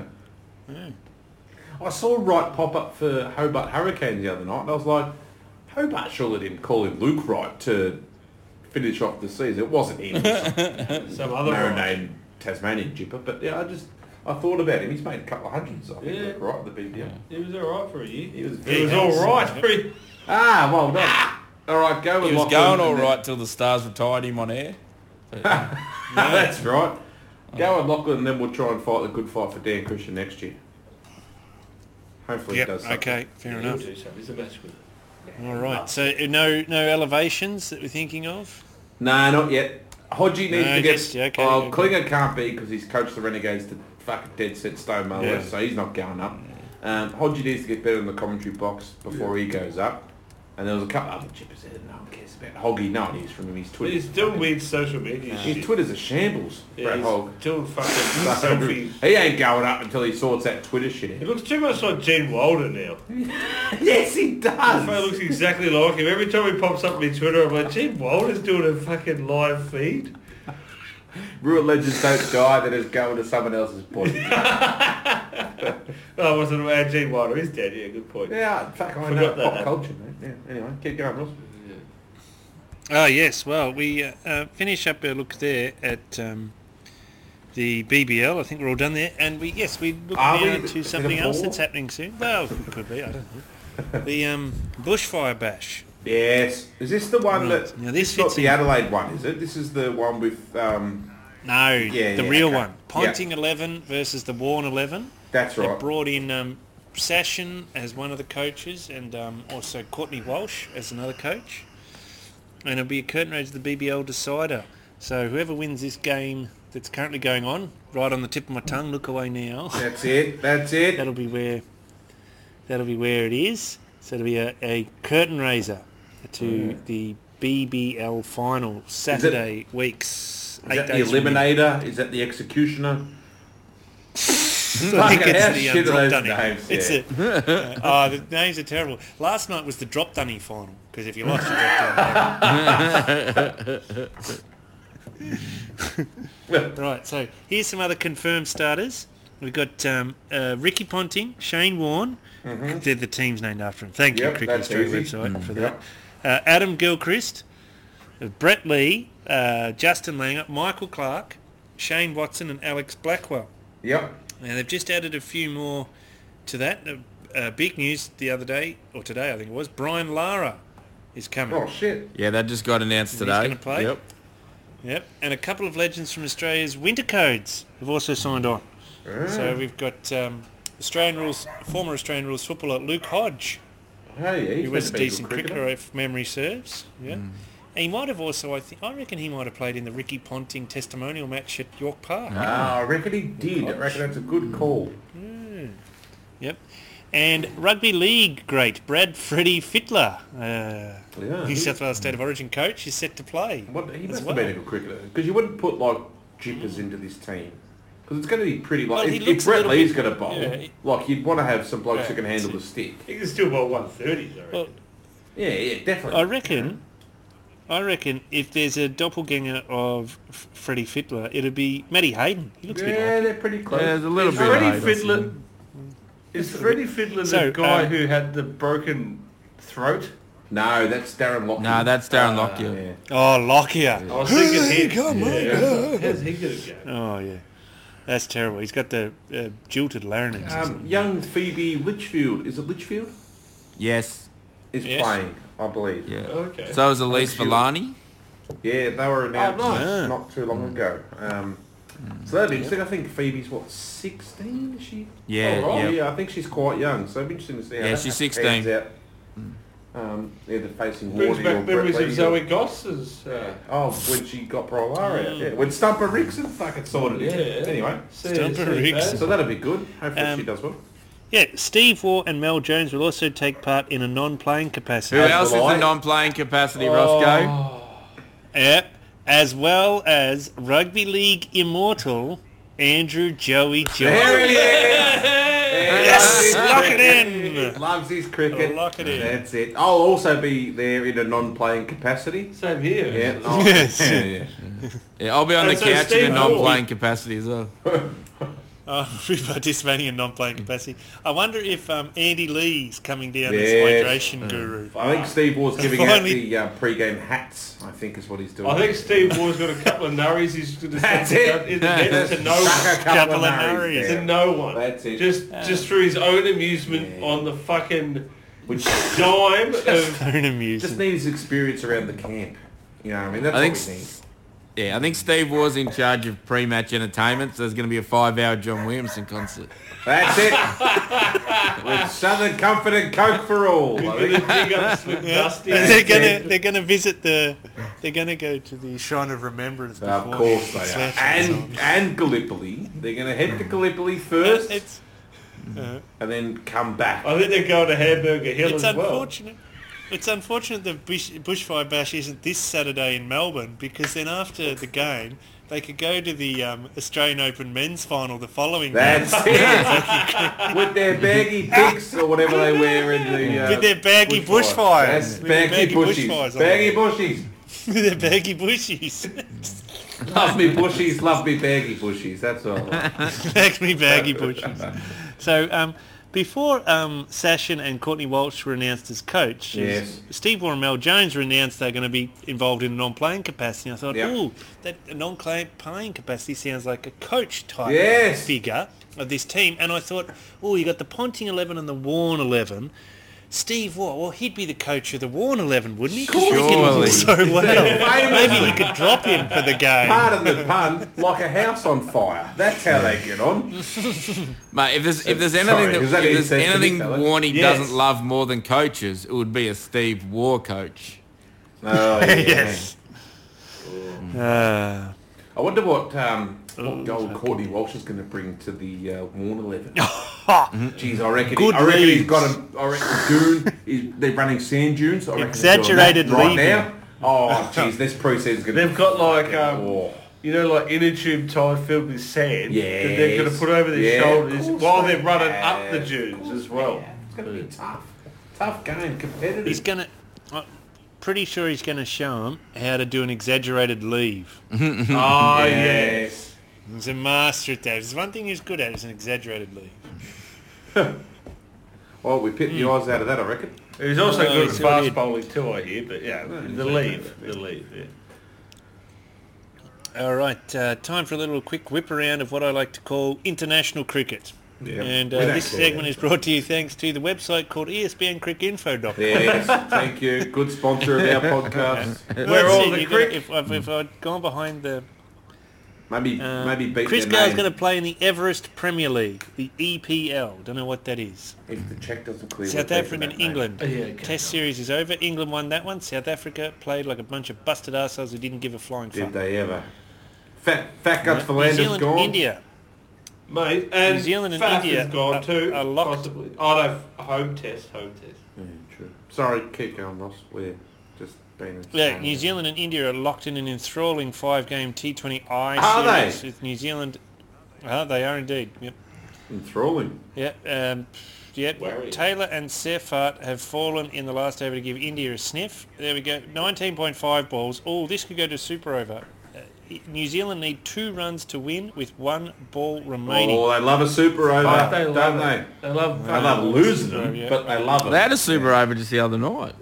S2: I saw Wright pop up for Hobart Hurricanes the other night, and I was like, Hobart surely didn't call him Luke Wright to finish off the season. It wasn't him. It
S5: Some
S2: was
S5: other
S2: no
S5: one.
S2: name Tasmanian jipper, but yeah, I just I thought about him. He's made a couple of hundreds, I think,
S5: Yeah.
S2: Luke Wright, the BBL.
S5: He was all right for a year.
S2: He was
S5: He
S2: very
S5: was
S2: good.
S5: all right for a
S2: Ah, well done. All right, go with
S3: he was
S2: Lachlan
S3: going
S2: and
S3: all
S2: then-
S3: right till the stars retired him on air.
S2: That's right.
S1: Oh.
S2: Go with Lachlan, and then we'll try and fight the good fight for Dan Christian next year. Hopefully
S1: Yep,
S2: he does something.
S1: okay, fair enough.
S5: He'll do something. He's a match winner.
S1: All right, so uh, no no elevations that we're thinking of?
S2: No, not yet. Hodgie needs
S1: No,
S2: to
S1: just-
S2: get.
S1: yeah, okay,
S2: well,
S1: okay.
S2: Klinger can't be because he's coached the Renegades to fucking dead set stone my
S1: Yeah.
S2: so he's not going up. Um, Hodgie needs to get better in the commentary box before he goes up. And there was a couple other chippers there that no one cares about. Hoggy, no one hears from him. He's
S5: But
S2: Twitter.
S5: he's doing weird social media
S2: His
S5: shit.
S2: Twitter's a shambles,
S5: Yeah,
S2: Brad
S5: he's
S2: Hogg.
S5: doing fucking
S2: So,
S5: selfie.
S2: he ain't going up until he sorts that Twitter shit
S5: He
S2: out.
S5: looks too much like Gene Wilder now.
S2: yes, he
S5: His phone
S2: does.
S5: looks exactly like him. Every time he pops up on my Twitter, I'm like, Gene Wilder's doing a fucking live feed.
S2: Real legends don't die, they just go into someone else's body.
S5: Oh, I wasn't aware Gene Wilder is dead. Yeah, good point.
S2: yeah, fuck, I know
S5: Forgot that.
S2: pop culture, man. Yeah, anyway, keep going, Ross.
S1: Oh yes, well we uh, uh, finish up our look there at um, the BBL. I think we're all done there, and we yes we look
S2: Are
S1: now
S2: we? Is it
S1: to
S2: a
S1: something else
S2: ball?
S1: that's happening soon. Well, it could be. I don't know. The um, bushfire bash.
S2: Yes. Is this the one
S1: Right.
S2: that...
S1: Now, this
S2: it's not
S1: fits
S2: the
S1: in.
S2: Adelaide one, is it? This is the one with... Um,
S1: No,
S2: Yeah,
S1: the
S2: yeah,
S1: real
S2: okay.
S1: one. Ponting eleven versus the Warren eleven.
S2: that's
S1: They
S2: right.
S1: brought in um, Sashin as one of the coaches, and um, also Courtney Walsh as another coach. And it'll be a curtain raise to the BBL decider. So whoever wins this game that's currently going on, right on the tip of my tongue, look away now.
S2: That's it. That's it.
S1: that'll be where that'll be where it is. So it'll be a, a curtain raiser to
S2: Mm.
S1: the BBL final Saturday weeks.
S2: Is that the
S1: days from now.
S2: Eliminator? Is that the Executioner?
S1: I think
S2: Fucking
S1: it's
S2: how
S1: the um,
S2: shit are
S1: drop
S2: those
S1: dunny.
S2: names,
S1: It's
S2: yeah.
S1: a, uh, oh, the names are terrible. Last night was the drop dunny final because if you lost, you dropped dunny. right, so here's some other confirmed starters. We've got um, uh, Ricky Ponting, Shane Warne. They're the teams named after him. Thank
S2: Yep,
S1: you, Cricket
S2: that's
S1: Australia
S2: easy.
S1: website, for that.
S2: Yep.
S1: Uh, Adam Gilchrist, uh, Brett Lee, uh, Justin Langer, Michael Clark, Shane Watson and Alex Blackwell.
S2: Yep.
S1: Now they've just added a few more to that. Uh, uh, big news the other day, or today I think it was, Brian Lara is coming.
S2: Oh, shit.
S3: Yeah, that just got announced
S1: he's
S3: today.
S1: gonna play?
S3: Yep.
S1: Yep, and a couple of legends from Australia's Winter Codes have also signed on.
S2: Hmm.
S1: So we've got um, Australian rules, former Australian rules footballer Luke Hodge,
S2: Hey, he's
S1: who was a
S2: meant to be
S1: decent
S2: good
S1: cricketer, if memory serves. Yeah,
S3: Hmm.
S1: he might have also, I think, I reckon he might have played in the Ricky Ponting testimonial match at York Park.
S2: Ah, I reckon he did. I reckon that's a good call.
S1: Yep. And rugby league great Brad Freddie Fittler, uh,
S2: Yeah,
S1: New
S2: he-
S1: South Wales State of Origin coach, is set to play.
S2: What, he
S1: as
S2: must
S1: well.
S2: have been a good cricketer because you wouldn't put like jippers into this team because it's going to be pretty
S1: Well,
S2: like
S1: he
S2: if,
S1: looks
S2: if
S1: a
S2: Brett
S1: little
S2: Lee's
S1: bit-
S2: going to bowl,
S1: yeah, he-
S2: like you'd want to have some blokes
S1: Yeah,
S2: who can handle the stick.
S5: He can still bowl 130s, I reckon.
S1: Well,
S2: Yeah, yeah, definitely.
S1: I reckon, I reckon if there's a doppelganger of F- Freddie Fittler, it'll be Matty Hayden. He looks a bit
S2: yeah,
S1: like.
S2: they're pretty close.
S3: Yeah, there's a little
S5: Is
S3: bit of
S5: Freddie
S3: hate, I see.
S5: Fiddler is Freddie Fiddler the
S1: So,
S5: guy
S1: um,
S5: who had the broken throat?
S2: No, that's Darren Lockyer. Uh,
S3: No, that's Darren Lockyer.
S2: yeah.
S1: Oh, Lockyer.
S5: I was thinking him.
S1: come on.
S5: Yeah. How's he gonna go?
S1: Oh yeah, that's terrible. He's got the uh, jilted larynx. or
S2: Um,
S1: something.
S2: young Phoebe Litchfield is it Litchfield?
S3: Yes.
S2: Is
S1: Yes.
S2: playing, I believe.
S3: Yeah.
S5: Okay.
S3: So is Elise
S2: Sure.
S3: Villani.
S2: Yeah, they were announced
S3: Oh,
S5: nice.
S1: Yeah.
S2: not too
S3: Mm.
S2: long ago. Um, so that'd be interesting. I think Phoebe's what sixteen? Is she?
S3: Yeah,
S2: Oh, right.
S3: yeah.
S2: yeah. I think she's quite young. So it'd be interesting to see. How
S3: Yeah,
S2: that
S3: she's
S2: pans
S3: 16.
S2: Out. Um, either facing
S5: Brings
S2: Wardy or
S5: back memories
S2: Brett
S5: of
S2: Lee.
S5: Zoe Goss's. Uh,
S2: Oh, when she got Prolara out. Yeah. When Stumper Rickson fucking sorted it.
S5: Yeah.
S2: Anyway,
S1: Stumper Riggs.
S2: so that'll be good. Hopefully
S1: Um,
S2: she does well.
S1: Yeah, Steve Waugh and Mel Jones will also take part in a non-playing capacity.
S3: Who else is
S2: Villani.
S3: in non-playing capacity, Roscoe?
S1: Yep, as well as rugby league immortal Andrew Joey Jones.
S2: There it is.
S1: Yes, lock it in.
S2: Loves his cricket.
S1: Lock it in.
S2: That's it. I'll also be there in a non-playing capacity.
S5: Same here.
S2: Yeah. I'll-
S1: Yes.
S2: Yeah, yeah.
S3: Yeah, I'll be on
S5: Oh,
S3: the
S5: so
S3: couch
S5: Steve
S3: in a
S5: Hall.
S3: non-playing capacity as well.
S1: Oh, we're participating in non-playing capacity. I wonder if um, Andy Lee's coming down
S2: Yes.
S1: as hydration
S5: Hmm.
S1: guru.
S2: I think Steve Waugh's giving out
S1: Finally.
S2: the uh, pre-game hats. I think is what he's doing.
S5: I think Steve Waugh's got a couple of nurries. He's going to
S2: That's it.
S5: In the net to no one.
S2: Suck a couple
S1: Couple
S2: of
S1: of
S2: nurries.
S1: nurries.
S5: To
S2: there.
S5: no one.
S2: That's it.
S5: Just, just for his own amusement on the fucking dime of.
S1: Own
S2: Just
S1: amusement.
S2: needs experience around the camp. You know what I mean? That's
S3: I think
S2: what we need.
S3: s- Yeah, I think Steve Waugh's in charge of pre-match entertainment, so there's going to be a five-hour John Williamson concert.
S2: That's it. With Southern Comfort and Coke for all. I
S5: Gonna
S2: think.
S5: dig up Slick Dusty.
S1: They're
S2: Yeah.
S1: gonna they're gonna visit the they're gonna go to the Shrine of Remembrance. Before
S2: Of course
S1: the
S2: they
S1: session,
S2: are.
S1: so-
S2: And and Gallipoli. They're going to head to Gallipoli first
S1: it's uh,
S2: and then come back.
S5: I think they're going to Hamburger Hill
S1: it's
S5: as well.
S1: unfortunate. It's unfortunate the bush, bushfire bash isn't this Saturday in Melbourne because then after the game they could go to the um, Australian Open men's final the following
S2: That's
S1: day
S2: it. With their baggy pigs or whatever they wear in the. Uh,
S1: with their baggy bushfires,
S2: bushfire. That's
S1: with their
S2: baggy, bushies.
S1: bushfires on
S2: baggy
S1: their-
S2: bushies.
S1: with their baggy bushies,
S2: Love me bushies, love me baggy bushies. That's all.
S1: baggy baggy bushies. So um, before um, Sashin and Courtney Walsh were announced as coach,
S2: Yes.
S1: Steve Warren Mel Jones were announced they're going to be involved in a non-playing capacity. I thought,
S2: Yep.
S1: ooh, that non-playing capacity sounds like a coach type
S2: Yes.
S1: figure of this team. And I thought, oh, you got the Ponting 11 and the Warren 11. Steve Waugh, well, he'd be the coach of the Warren 11, wouldn't he? 'Cause he did
S3: Surely.
S1: so well.
S2: Famously.
S1: Maybe you could drop him for the game.
S2: Pardon the pun, like a house on fire. That's how they get on.
S3: Mate, if there's if there's
S2: Sorry,
S3: anything
S2: is
S3: that,
S2: that
S3: if
S2: incest
S3: there's
S2: to
S3: anything
S2: me, fella?
S3: Warney
S4: Yes.
S3: doesn't love more than coaches, it would be a Steve War coach.
S2: Oh, yeah.
S1: Yes. Uh,
S2: I wonder what um, what goal Courtney Walsh is going to bring to the uh, Warner Eleven. Jeez, I reckon.
S1: Good
S2: I reckon he's
S1: leads.
S2: got a. I reckon Dune. He's, they're running sand dunes. I reckon he's doing that
S1: Exaggerated
S2: right
S1: leading.
S2: now. Oh, jeez, this preseason's going to.
S4: They've got like um,
S2: Oh,
S4: you know, like inner tube tire filled with sand that they're going to
S2: Yes.
S4: put over their
S2: Yeah, of
S4: shoulders
S2: course
S4: while
S2: they
S4: they're running up
S2: have.
S4: the dunes as well.
S2: it's going to be tough. Tough game, competitive.
S1: he's going to... I'm pretty sure he's going to show him how to do an exaggerated leave.
S4: Oh yeah.
S2: yes.
S1: He's a master at that. There's one thing he's good at is an exaggerated leave.
S2: Well, Oh, we picked
S4: Hmm.
S2: the eyes out of that, I reckon.
S4: He was also
S1: Oh,
S4: good
S1: he's
S4: at
S1: still
S4: fast
S1: did.
S4: bowling too, I hear. But yeah, the leave, the leave. Yeah.
S1: All right, uh, time for a little quick whip around of what I like to call international cricket.
S2: Yeah.
S1: And
S2: We
S1: uh,
S2: don't
S1: this
S2: care.
S1: segment is brought to you thanks to the website called E ESPNCricInfo.com.
S2: Yes, thank you. Good sponsor of our podcast.
S1: That's
S4: all
S1: it,
S4: the
S1: you're gonna-
S4: crick-
S1: If, I've, if I'd gone behind the...
S2: Maybe,
S1: uh,
S2: maybe beat
S1: Chris
S2: their
S1: Gale's
S2: name
S1: going to play in the Everest Premier League, the E EPL. Don't know what that is.
S2: if the check doesn't clear.
S1: South
S2: we'll beat
S1: Africa and
S2: them that name.
S1: England. Test series is over. England won that one. South Africa played like a bunch of busted arseholes who didn't give a flying fuck.
S2: Did they ever? Fat, fat guts for
S1: New
S2: land is
S1: Zealand,
S2: gone.
S1: India.
S5: Mate, and
S1: New Zealand and
S5: Faf
S1: India
S5: has gone
S1: are-
S5: too.
S1: are locked.
S5: possibly. Oh no, home test, home test.
S2: Yeah, true. Sorry, keep going, Ross. We're just being.
S1: Yeah, New Zealand and India are locked in an enthralling five-game T20I
S2: Are they?
S1: series with New Zealand. Ah, they are indeed. Yep.
S2: Enthralling.
S1: Yep. Um, yep.
S5: Worrying.
S1: Taylor and Sefart have fallen in the last over to give India a sniff. There we go. 19.5 balls. Oh, this could go to super over. Uh, New Zealand need two runs to win with one ball remaining.
S2: Oh, they love a super over,
S4: Oh, they
S2: don't
S4: love
S2: they?
S4: I love.
S2: They love losing
S1: Oh,
S2: them,
S1: yeah.
S2: but they love it.
S3: They had a super over just the other night.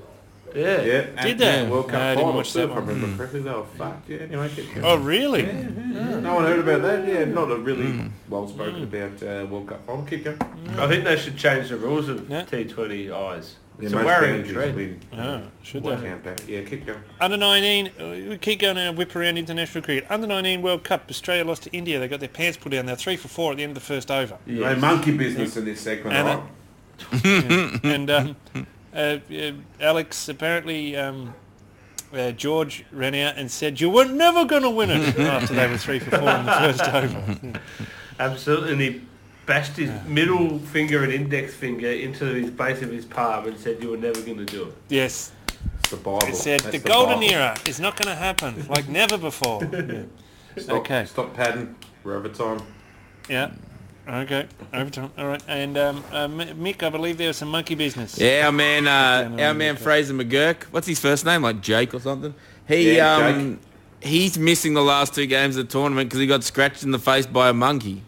S4: Yeah.
S2: yeah, and
S1: Did they?
S2: the World Cup
S1: No, I didn't
S2: final,
S1: watch that
S2: if I
S1: one. Hmm.
S2: remember correctly, they were fucked. Yeah, anyway, keep going.
S1: Oh, really?
S2: No one heard about that. Yeah, not a really
S1: Hmm.
S2: well spoken about uh, World Cup final. Keep going.
S4: I think they should change the rules of
S1: Yeah.
S4: T20 eyes.
S2: Yeah,
S4: It's
S2: most
S4: a worrying
S2: penalties
S4: trend.
S2: win.
S1: Oh, should they?
S2: Work out that. Yeah, keep going.
S1: Under 19, uh, we keep going and whip around international cricket. Under 19 World Cup, Australia lost to India. They got their pants pulled down. They're three for four at the end of the first over.
S2: No monkey business in this segment, Oh,
S1: And
S2: right?
S1: and um, uh, uh, Alex apparently um, uh, George ran out and said, "You were never going to win it." after they were three for four in the first over.
S4: Absolutely. And he bashed his middle finger and index finger into his base of his palm and said, "You were never going to do it."
S1: Yes,
S2: It's the Bible.
S1: it said
S2: That's
S1: the golden
S2: Bible.
S1: era is not going to happen like never before.
S2: Stop,
S1: Okay.
S2: Stop padding. We're over time.
S1: Yeah. Okay, overtime. All right, and um, uh, M- Mick, I believe there was some monkey business.
S3: Yeah, our man, uh,
S1: Yeah,
S3: our man
S1: yeah.
S3: Fraser McGurk. What's his first name? Like Jake or something. He
S2: Yeah,
S3: um, he's missing the last two games of the tournament because he got scratched in the face by a monkey.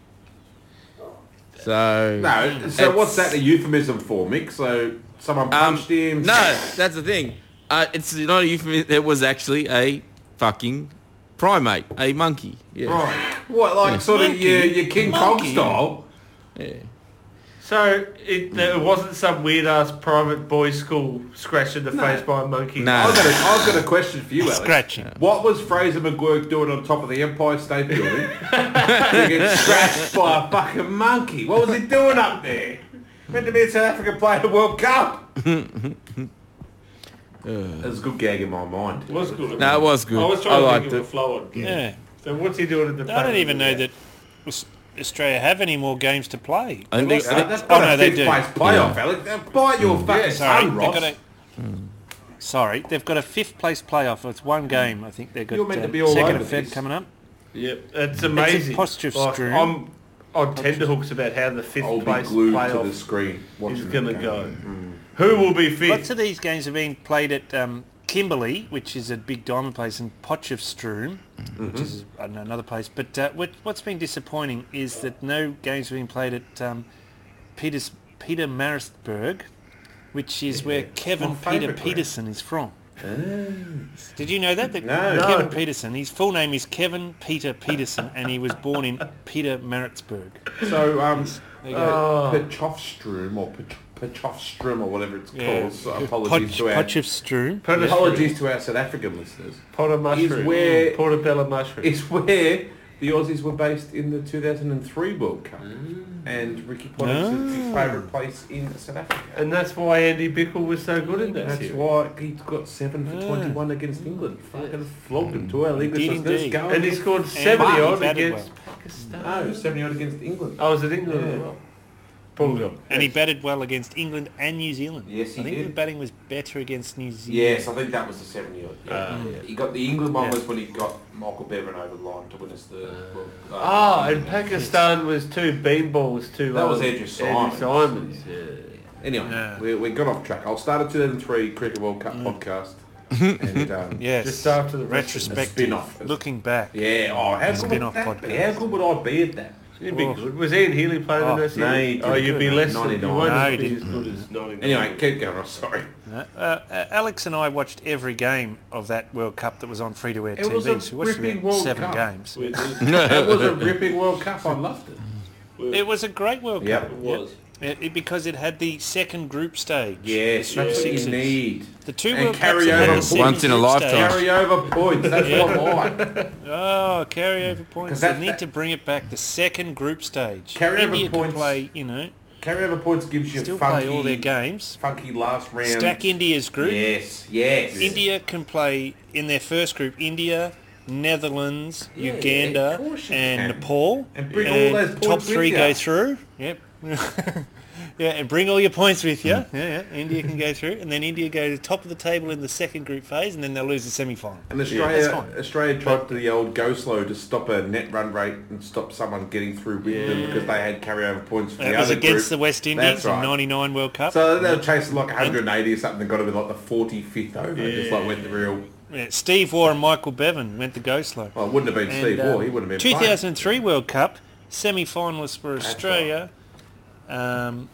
S3: So
S2: No, so what's
S3: It's-
S2: that a euphemism for, Mick? So someone
S3: Um,
S2: punched him.
S3: No, that's the thing. Uh, it's not a euphemism. It was actually a fucking primate, a monkey. Yeah.
S2: Right. What, like sort of your, your King Kong style?
S4: So it, there wasn't some weird ass private boys' school scratch in the face by a monkey.
S3: No.
S2: I've got, a, I've got a question for you, Alex.
S1: Scratching.
S2: What was Fraser McGuirk doing on top of the Empire State Building to get scratched by a fucking monkey? What was he doing up there? Meant to be a South Africa playing the World Cup. That was a good gag in my mind.
S4: It was good.
S3: No, it was good.
S4: I was
S3: I
S4: trying to
S3: liked
S4: think of
S3: it.
S4: a flow on.
S1: Yeah.
S4: So what's he doing at the?
S1: I don't
S4: front?
S1: even know that Aus- Australia have any more games to play.
S3: I think
S2: That's
S3: I-
S2: that's
S1: Oh,
S2: not
S1: no,
S2: a
S1: they
S2: fifth
S1: do.
S2: place playoff, Alex. Now Bite your fucking
S1: Sorry,
S2: tongue, Ross. Hmm.
S1: they've got Sorry, they've got a fifth place playoff. It's one game, I think they've got.
S2: You're meant to
S1: uh,
S2: be all
S1: second
S2: over
S1: of Feb
S2: this.
S1: coming up.
S5: Yep, it's amazing.
S1: posture strewn.
S5: I'm on tenterhooks about how the 5th
S2: I'll be
S5: place
S2: glued to the
S5: playoff
S2: screen watching
S5: is
S2: that
S5: going to
S2: game.
S5: go.
S2: Mm.
S5: Who will be
S1: Lots
S5: fifth?
S1: of these games are being played at um, Kimberley, which is a big diamond place, and Potchefstroom,
S2: Mm-hmm.
S1: which is I don't know, another place. But uh, what, what's been disappointing is that no games are being played at um, Peters, Peter Marisburg, which is where Kevin
S2: My
S1: Peter
S2: favourite
S1: Peterson is from. Did you know that? that
S2: No.
S1: Kevin Peterson. His full name is Kevin Peter Peterson, and he was born in Peter Maritzburg.
S2: So, um,
S1: There you go.
S2: uh, Petrovstrom or Pet- Petrovstrom or whatever it's
S1: Yeah.
S2: called. So apologies
S1: Potch,
S2: to our
S1: Potchefstroom.
S2: apologies to our South African listeners.
S5: Potter mushroom.
S2: Is where-
S5: Portobello mushroom.
S2: It's where the Aussies were based in the 2003 World Cup, Mm. and Ricky Ponting said it's his favourite place in South Africa.
S5: And that's why Andy Bickle was so good in that
S2: That's
S5: series.
S2: why he got seven for 21 against England. Fucking flogged him to our English
S1: Did
S2: listeners.
S1: indeed.
S2: Go
S5: And he
S2: against-
S5: scored 70
S1: he
S5: odd
S1: batted
S5: against Pakistan.
S2: no, 70 odd against England.
S5: I was at England as well. Bulldog.
S1: And he batted well against England and New Zealand.
S2: Yes, he
S1: I think
S2: did.
S1: the batting was better against New Zealand.
S2: Yes, I think that was the 70 odd. Yeah. He got the England one
S1: Yeah.
S2: was when he got Michael Bevan over the line to win us the. World Cup. Ah,
S5: Oh, and Pakistan was two beanballs to
S2: That was
S5: um,
S2: Andrew Simons.
S5: Simons.
S2: Anyway,
S1: Yeah.
S2: we, we got off track. I'll start a 2003 Cricket World Cup podcast. and, um,
S1: Yes.
S5: Just after the
S1: retrospective,
S2: spin-off.
S1: looking back.
S2: Yeah, oh, how
S1: It's
S2: good,
S1: been
S2: would
S1: off
S2: that be?
S1: podcast.
S2: how good would I be at that?
S5: It'd be good. Was Ian Healy playing
S1: Oh,
S5: in that
S2: no,
S5: series?
S2: he
S5: oh, you'd be
S2: didn't.
S5: less than you
S2: 99.
S5: won't
S1: No, he
S5: be as
S1: didn't.
S5: good as 99.
S2: Anyway, keep going, I'm sorry.
S1: Uh, uh, Alex and I watched every game of that World Cup that was on free-to-air
S2: It
S1: TV.
S2: was a
S1: so we watched
S2: ripping
S1: about
S2: World
S1: seven
S2: Cup.
S1: games.
S5: We-
S2: that was a ripping World Cup, I loved it.
S1: It was a great World
S2: Yep.
S1: Cup.
S2: It
S5: was.
S1: It- it- because it had the second group stage.
S2: Yes,
S1: The
S2: that's what you
S1: sixes.
S2: need.
S1: The two
S2: And
S1: World Cups
S2: carry
S1: that had
S2: over
S1: the second
S3: Once in a
S1: group stage-
S3: lifetime.
S2: Carry over points, that's what I like.
S1: Oh, carryover points. They
S2: that-
S1: need
S2: that-
S1: to bring it back. The second group stage.
S2: Carryover
S1: India can
S2: points-
S1: play, you know,
S2: Carry over points gives you
S1: still
S2: funky,
S1: play all their games.
S2: funky last round.
S1: Stack India's group.
S2: Yes, yes.
S1: India can play in their first group. India, Netherlands,
S2: Yeah, yeah,
S1: Uganda,
S2: of course you
S1: and
S2: can.
S1: Nepal.
S2: And bring all those
S1: top
S2: points with
S1: three
S2: ya.
S1: go through. Yep. yeah, and bring all your points with you.
S2: Hmm.
S1: Yeah, yeah. India can go through, and then India go to the top of the table in the second group phase, and then they'll lose the semi-final.
S2: And
S1: That's
S2: Australia,
S1: fine.
S2: Australia tried to the old go slow to stop a net run rate and stop someone getting through with them because they had carryover points for the
S1: That was
S2: other
S1: against the
S2: group.
S1: West
S2: That's
S1: Indies in
S2: right.
S1: '99 World Cup.
S2: So they were chasing like 180 or something, got to be like the 45th over, just like went the real.
S1: Yeah, Steve Waugh and Michael Bevan went to go slow.
S2: Well, it wouldn't have been
S1: And,
S2: Steve Waugh.
S1: um,
S2: He wouldn't have been. playing.
S1: 2003 World Cup semi-finalists for Australia, um,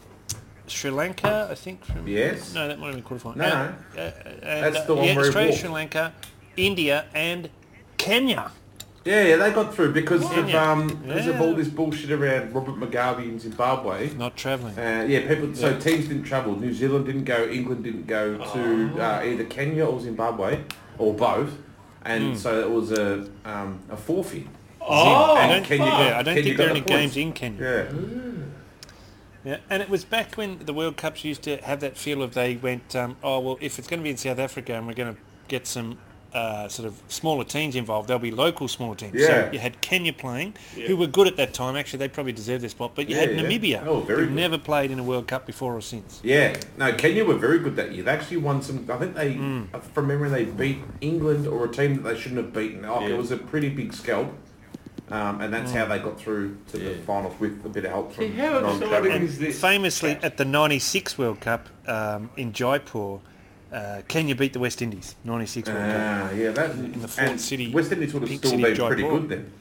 S1: Sri Lanka, I think. From,
S2: Yes.
S1: No, that might have been quarterfinal.
S2: No,
S1: Uh, uh, and,
S2: That's
S1: uh,
S2: the one
S1: yeah,
S2: where he
S1: Australia,
S2: walked.
S1: Sri Lanka, India, and Kenya.
S2: Yeah, yeah, they got through because of
S1: Yeah.
S2: um, because of
S1: Yeah.
S2: all this bullshit around Robert Mugabe in Zimbabwe.
S1: Not travelling.
S2: Uh, yeah, people. So teams didn't travel. New Zealand didn't go. England didn't go
S1: Oh.
S2: to uh, either Kenya or Zimbabwe or both,
S1: Hmm.
S2: and so it was a um, a forfeit.
S1: oh, I don't,
S2: and Kenya got-
S1: yeah, I don't
S2: Kenya
S1: think
S2: got
S1: there are
S2: the
S1: any
S2: points.
S1: games in Kenya.
S2: Yeah,
S1: Yeah, and it was back when the World Cups used to have that feel of they went, um, oh well, if it's going to be in South Africa and we're going to get some uh, sort of smaller teams involved, there'll be local smaller teams. So
S2: Yeah.
S1: you had Kenya playing, who were good at that time. Actually, they probably deserved their spot. But you had
S2: Yeah, yeah.
S1: Namibia,
S2: Oh, very
S1: who've
S2: good.
S1: never played in a World Cup before or since.
S2: yeah. No, Kenya were very good that year. They actually won some. I think they,
S1: Mm.
S2: from memory, they beat England or a team that they shouldn't have beaten. Oh, It was a pretty big scalp, um, and that's
S1: Mm.
S2: how they got through to the finals with a bit of help from
S5: how exciting
S2: non-travelling.
S5: is this?
S1: Famously, at the '96 World Cup um, in Jaipur, uh, Kenya beat the West Indies. '96 World Cup.
S2: Ah, yeah, that in
S1: the Fort City-
S2: West Indies would have
S1: Pink
S2: still
S1: City,
S2: been
S1: Jaipur.
S2: pretty good then.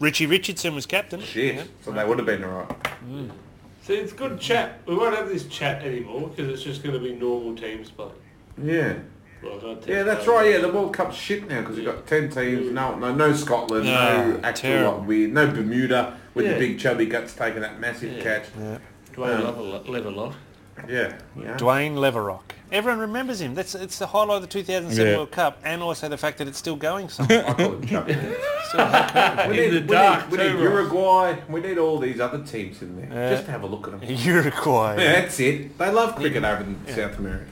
S1: Richie Richardson was captain.
S2: Shit, so they would have been alright.
S5: See, it's good chat. We won't have this chat anymore because it's just going to be normal teams playing.
S2: Yeah.
S5: Well, not
S2: Yeah, that's right. Yeah, the World Cup's shit now because we've got ten teams. No, no, no Scotland. No,
S1: No,
S2: actual
S1: terrible.
S2: like, weird. No Bermuda with
S5: Yeah.
S2: the big chubby guts taking that massive catch.
S1: Yeah.
S5: Dwayne Love a lot. Live a lot.
S2: Yeah, yeah.
S1: Dwayne Leverock. Everyone remembers him. That's it's the highlight of the 2007
S3: Yeah.
S1: World Cup, and also the fact that it's still going somewhere.
S2: I call it chubby. we
S5: In
S2: need,
S5: the
S2: we
S5: dark,
S2: need, we need
S5: too, Ross.
S2: Uruguay. We need all these other teams in there.
S1: Yeah.
S2: Just have a look at them.
S1: Uruguay.
S2: Yeah, that's it. They love cricket over in South America.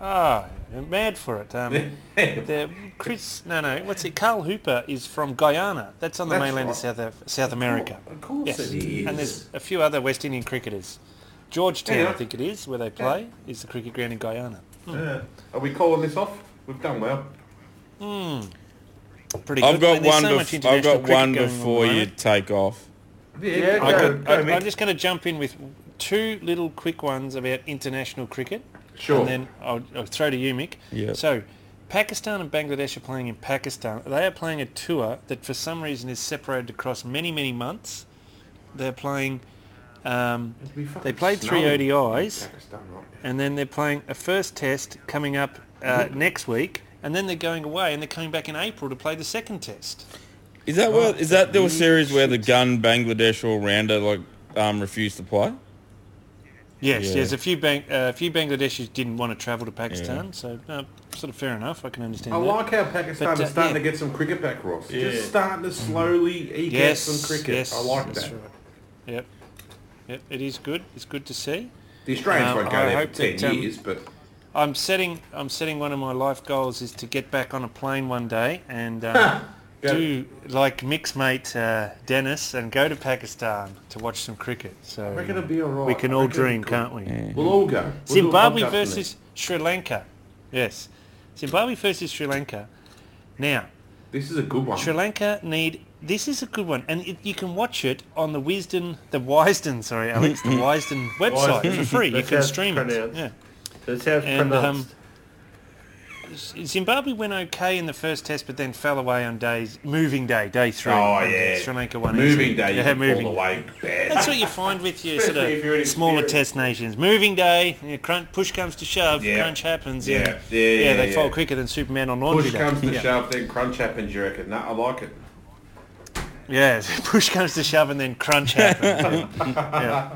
S1: Ah, they're mad for it. Um, the- Chris, no, no, what's it? Carl Hooper is from Guyana. That's on the
S2: That's
S1: mainland of
S2: right.
S1: South Af- South America.
S2: Of course
S1: Yes,
S2: it is.
S1: and there's a few other West Indian cricketers. Georgetown,
S2: Yeah.
S1: I think it is, where they play, is the cricket ground in Guyana.
S2: Yeah. Are we calling this off? We've done well.
S1: Pretty good.
S3: I've got
S1: Mate, there's
S3: one.
S1: so much
S3: bef- I've
S1: international
S3: got
S1: cricket
S3: one
S1: going on at the
S3: before you
S1: moment.
S3: take off.
S5: Yeah,
S4: go, go,
S1: I,
S4: Mick.
S1: I'm just going to jump in with two little quick ones about international cricket.
S2: Sure.
S1: And then I'll, I'll throw to you, Mick.
S3: Yeah.
S1: So, Pakistan and Bangladesh are playing in Pakistan. They are playing a tour that for some reason is separated across many, many months. They're playing... Um, they played three ODIs.
S2: Pakistan right now.
S1: and then they're playing a first test coming up uh, next week, and then they're going away and they're coming back in April to play the second test.
S3: Is that where? Is that the series where the gun Bangladesh all rounder like um, refused to play?
S1: Yes,
S3: Yeah.
S1: there's a few bang, uh, a few Bangladeshis didn't want to travel to Pakistan, so uh, sort of fair enough. I can understand.
S2: I
S1: that.
S2: like how Pakistan
S1: But, uh,
S2: is starting
S1: yeah.
S2: to get some cricket back, Ross.
S5: Yeah.
S2: Just starting to slowly eke out
S1: yes,
S2: some cricket.
S1: Yes,
S2: I like
S1: that's
S2: that.
S1: right. Yep, yep, it is good. It's good to see.
S2: The Australians
S1: Um,
S2: won't go
S1: I
S2: there
S1: hope
S2: for 10
S1: that, um,
S2: years, but
S1: I'm setting I'm setting one of my life goals is to get back on a plane one day and um,
S2: Go.
S1: do like mixmate uh, Dennis and go to Pakistan to watch some cricket. So
S2: I reckon it'll be all right.
S1: we can
S2: I
S1: all
S2: reckon it'll be
S1: dream,
S2: cool.
S1: can't we?
S2: we'll all go. We'll do a
S1: Zimbabwe
S2: podcast on this.
S1: versus Sri Lanka. Yes, Zimbabwe versus Sri Lanka. Now
S2: This is a good one.
S1: Sri Lanka need. This is a good one, and it, you can watch it on the Wisden, the Wisden, sorry, Alex, the Wisden website for free. You
S5: That's
S1: can
S5: how it's
S1: stream it.
S5: pronounced.
S1: Yeah.
S5: That's how it's
S1: And, um,
S5: pronounced.
S1: Zimbabwe went okay in the first test, but then fell away on days moving day, day three.
S2: Oh,
S1: And
S2: yeah.
S1: Sri Lanka won. easily.
S2: Moving day, you
S1: yeah,
S2: can
S1: moving.
S2: fall away bad.
S1: That's what you find with your sort
S5: Especially if you're
S1: of smaller
S5: inexperienced.
S1: test nations. Moving day, you know, crunch, push comes to shove,
S2: Yeah.
S1: crunch happens.
S2: Yeah.
S1: and,
S2: Yeah, yeah,
S1: they
S2: yeah.
S1: fall quicker than Superman on laundry
S2: Push
S1: day.
S2: comes to
S1: yeah.
S2: shove, then crunch happens, you reckon? No, I like it.
S1: Yeah, push comes to shove, and then crunch happens. yeah.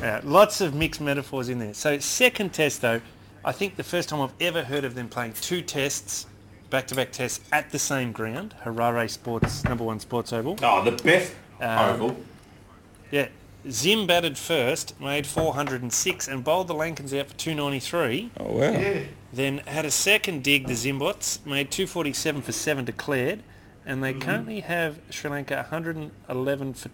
S1: Yeah, lots of mixed metaphors in there. So second test though, I think the first time I've ever heard of them playing two tests, back-to-back tests at the same ground, Harare Sports Number One Sports Oval.
S2: Oh, the best oval.
S1: Yeah, Zim batted first, made 406, and bowled the Lankans out for 293.
S3: Oh wow.
S1: Then had a second dig, the Zimbots, made 247 for 7 declared, and they currently have Sri Lanka 111 for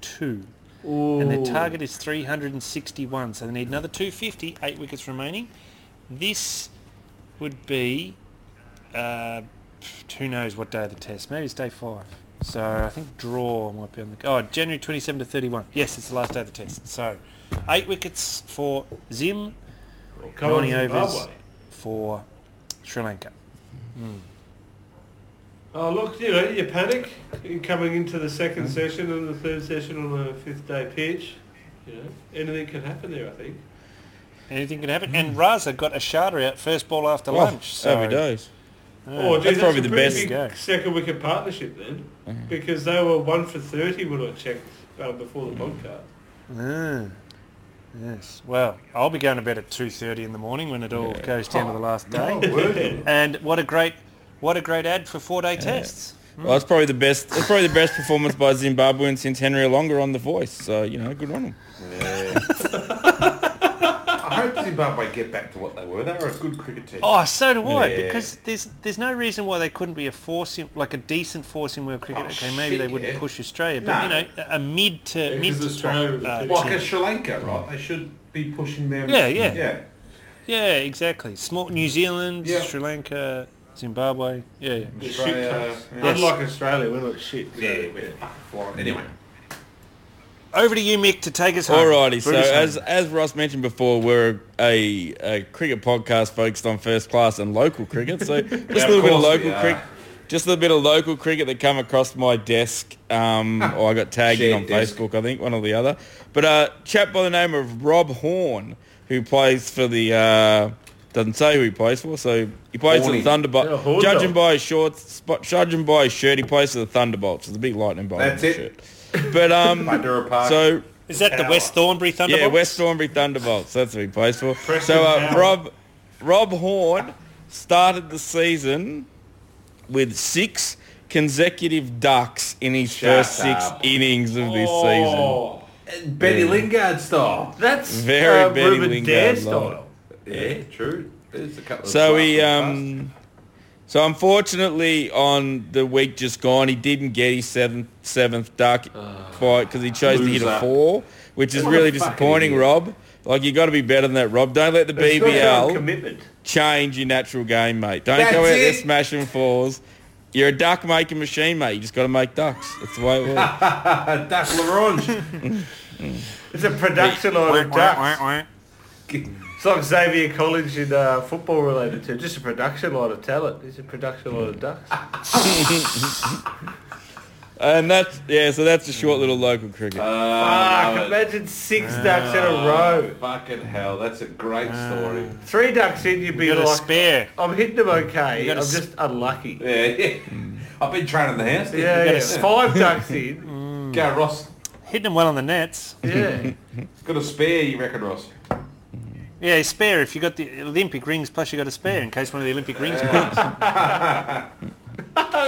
S1: 2. And their target is 361, so they need another 250, 8 wickets remaining. This would be, uh, pff, who knows what day of the test, maybe it's day 5. So I think draw might be on the... Oh, January 27 to 31. Yes, it's the last day of the test. So 8 wickets for Zim,
S5: Come on,
S1: 90 overs
S5: Zimbabwe.
S1: for Sri Lanka.
S5: Oh, look, you know, you panic in coming into the second session and the third session on the fifth day pitch. You know, anything can happen there, I think.
S1: Anything can
S5: Mm.
S1: happen. And Raza got a charter out first ball after
S3: Well,
S1: lunch. So
S3: Oh, happy days.
S5: oh, gee,
S3: That's probably
S5: a
S3: the
S5: pretty
S3: best-
S5: big
S1: Go.
S5: second wicket partnership then, because they were one for thirty when I checked uh, before the podcast.
S1: Mm. Yes. Well, I'll be going to bed at 2.30 in the morning when it all goes down to the last
S2: Oh,
S1: day. and what a great, what a great ad for four-day tests.
S3: Well, that's probably the best. That's probably the best performance by Zimbabwean since Henry Olonga on The Voice. So you know, good on him.
S2: I hope Zimbabwe get back to what they were. They were a good cricket team.
S1: Oh, so do I.
S2: Yeah.
S1: Because there's there's no reason why they couldn't be a force in, like a decent force in world cricket.
S2: Oh,
S1: okay, maybe
S2: shit,
S1: they wouldn't
S2: yeah.
S1: push Australia, but
S2: Nah.
S1: you know, a- a mid to
S5: Yeah, 'cause
S1: mid to top,
S5: Australia was a
S1: uh,
S5: team.
S1: team.
S2: like a Sri Lanka, right? They should be pushing them.
S1: Yeah, yeah.
S2: Yeah.
S1: Yeah, exactly. Small New Zealand,
S2: Yeah.
S1: Sri Lanka, Zimbabwe. Yeah, yeah.
S5: The
S2: Australia,
S5: shit colours.
S2: yeah.
S5: Unlike Australia, we're not shit. so-
S2: Yeah, we're flying. Anyway.
S1: Over to you, Mick, to take us home.
S3: Alrighty, so
S1: Bring us home.
S3: as as Ross mentioned before, we're a, a cricket podcast focused on first class and local cricket. So just
S2: Yeah,
S3: a
S2: of
S3: little bit of
S2: course we
S3: local
S2: are.
S3: cricket, just a little bit of local cricket that come across my desk, um, or I got tagged in
S2: Shared
S3: on
S2: desk.
S3: Facebook, I think one or the other. But a chap by the name of Rob Horn, who plays for the uh, doesn't say who he plays for, so he
S2: Horny.
S3: plays for the
S5: Yeah,
S3: Thunderbolt.
S5: Horn
S3: judging
S5: dog.
S3: by his shorts, spot, judging by his shirt, he plays for the Thunderbolts. It's a big lightning bolt. on
S2: That's
S3: his
S2: it.
S3: Shirt. But um,
S2: Under a park.
S3: so
S1: is that the West Thornbury Thunderbolts?
S3: yeah, West Thornbury Thunderbolts. That's what he plays for.
S5: Preston
S3: so uh,
S5: Power.
S3: Rob Rob Horn started the season with six consecutive ducks in his
S2: Shut
S3: first
S2: up.
S3: six innings of this
S5: Oh,
S2: Benny Lingard style.
S5: that's
S3: Very
S5: uh,
S3: Benny
S5: Ruben
S3: Lingard
S5: Dare
S3: like.
S5: style.
S2: Yeah, true. There's a couple
S3: season.
S2: of
S3: So he
S2: classes
S3: um, so unfortunately on the week just gone, he didn't get his seventh seventh duck because he chose to hit
S2: Loser.
S3: a four, which is
S2: What a
S3: really
S2: fucking
S3: disappointing,
S2: idiot.
S3: Rob. Like you got to be better than that, Rob. Don't let the
S5: It's not showing
S3: BBL
S5: commitment.
S3: change your natural game, mate. Don't
S2: That's
S3: go out there
S2: it.
S3: smashing fours. You're a duck making machine, mate. You just got to make ducks. That's the way it works.
S2: That's LaRange.
S5: It's a production line of ducks. It's like Xavier College in uh, football related to just a production line of talent. It's a production line of ducks.
S3: and that's yeah. So that's a short little local cricket.
S2: love
S5: Fuck,
S2: it.
S5: Ah, imagine six ducks in a row.
S2: Fucking hell, that's a great story.
S5: Three ducks in, you'd be
S1: Got a
S5: like,
S1: spare.
S5: I'm hitting them okay.
S1: You
S5: I'm
S1: gotta s-
S5: just unlucky.
S2: Yeah, yeah. I've been training the house.
S5: Yeah, yeah. Five ducks in.
S2: Go, Ross.
S1: Hitting them well on the nets.
S5: Yeah.
S2: Got a spare, you reckon, Ross?
S1: Yeah, spare. If you got the Olympic rings, plus you got a spare in case one of the Olympic rings breaks.
S5: That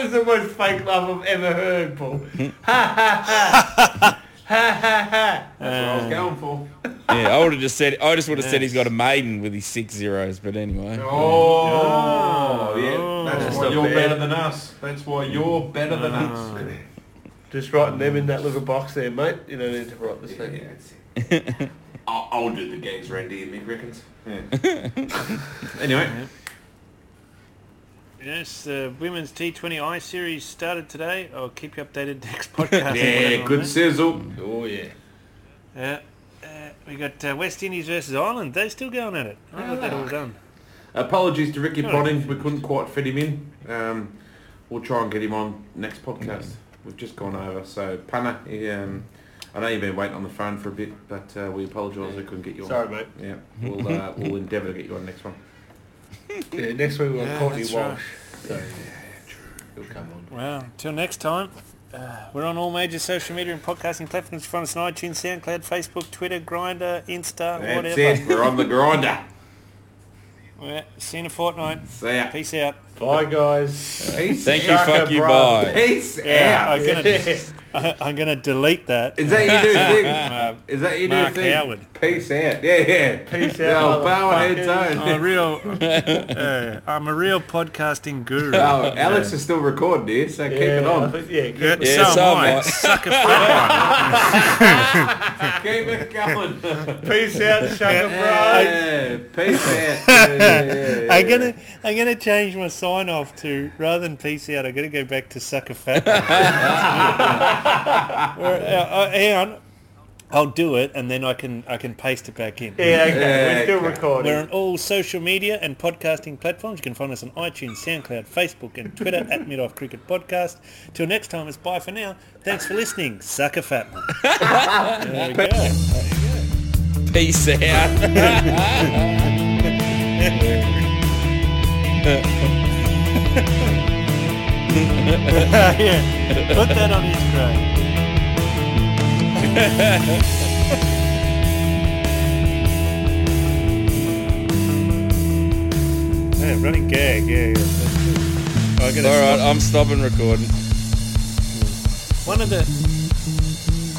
S5: was the most fake love I've ever heard, Paul.
S2: That's what I was going for.
S3: yeah, I would have just said. I just would have said he's got a maiden with his six zeros. But anyway.
S2: Oh, yeah. That's
S5: That's
S2: why
S5: not
S2: you're
S5: bad.
S2: better than us. That's why you're better than us. Uh.
S5: Just writing them in that little box there, mate. You don't need to write this
S2: Yeah,
S5: thing.
S2: that's it. I'll, I'll do the games, Randy and Mick reckons. Yeah. anyway,
S1: Yes, the women's T20 I series started today. I'll keep you updated next podcast.
S2: yeah, good sizzle.
S5: Oh, yeah.
S1: Uh, uh, we got uh, West Indies versus Ireland. They're still going at it. I thought they'd all done.
S2: Apologies to Ricky
S1: No.
S2: Ponting, we couldn't quite fit him in. Um, we'll try and get him on next podcast. We've just gone over, so Panna, he, um, I know you've been waiting on the phone for a bit, but uh, we apologise we couldn't get you on.
S5: Sorry, mate.
S2: Yeah, we'll uh, we'll endeavour to get you on next one.
S5: Yeah, next week we're on
S1: Yeah,
S5: Courtney
S1: that's
S5: Walsh.
S1: right.
S5: So, he'll come on.
S1: Well, until next time, uh, we're on all major social media and podcasting platforms. Find us on iTunes, SoundCloud, Facebook, Twitter, Grinder, Insta,
S2: That's
S1: whatever.
S2: it. We're on the grinder.
S1: Yeah, see you in a fortnight.
S2: See ya.
S1: Peace out.
S5: Bye, guys.
S2: Peace.
S3: Thank you.
S5: Shaka
S3: Fuck you.
S5: bra.
S3: Bye.
S2: Peace out.
S1: I'm gonna, I, I'm gonna delete that.
S2: Is that your new thing? Is that your new
S1: Mark
S2: thing?
S1: Howard.
S2: Peace out. Yeah, yeah.
S5: Peace
S2: Oh,
S5: out,
S2: bow our heads
S5: motherfuckers.
S2: on.
S1: I'm a real, uh, I'm a real podcasting guru.
S2: Oh, Alex is still recording here, so keep it
S5: Yeah, I
S2: on.
S5: think- yeah, keep
S1: Yeah,
S5: it
S3: Yeah,
S1: so,
S3: so
S1: am
S3: am
S1: I.
S3: I.
S1: Suck a fat one.
S2: Keep it going.
S5: Peace out, Shaka Bro.
S2: Yeah, peace out. Yeah, yeah, yeah, yeah.
S1: I'm gonna, I'm gonna change my sign off to rather than peace out. I'm gonna go back to suck a fat. one. Or, uh, uh, hang on, I'll do it, and then I can, I can paste it back in.
S5: Yeah, okay. We're still
S2: Okay.
S5: recording.
S1: We're on all social media and podcasting platforms. You can find us on iTunes, SoundCloud, Facebook and Twitter at Mid Off Cricket Podcast. Till next time, it's bye for now. Thanks for listening. Suck a fat one. there we go.
S3: Peace out.
S1: yeah. Put that on his grave. yeah, running gag, yeah, yeah. That's good. Oh, I gotta
S3: All right, I'm stopping recording.
S1: One of the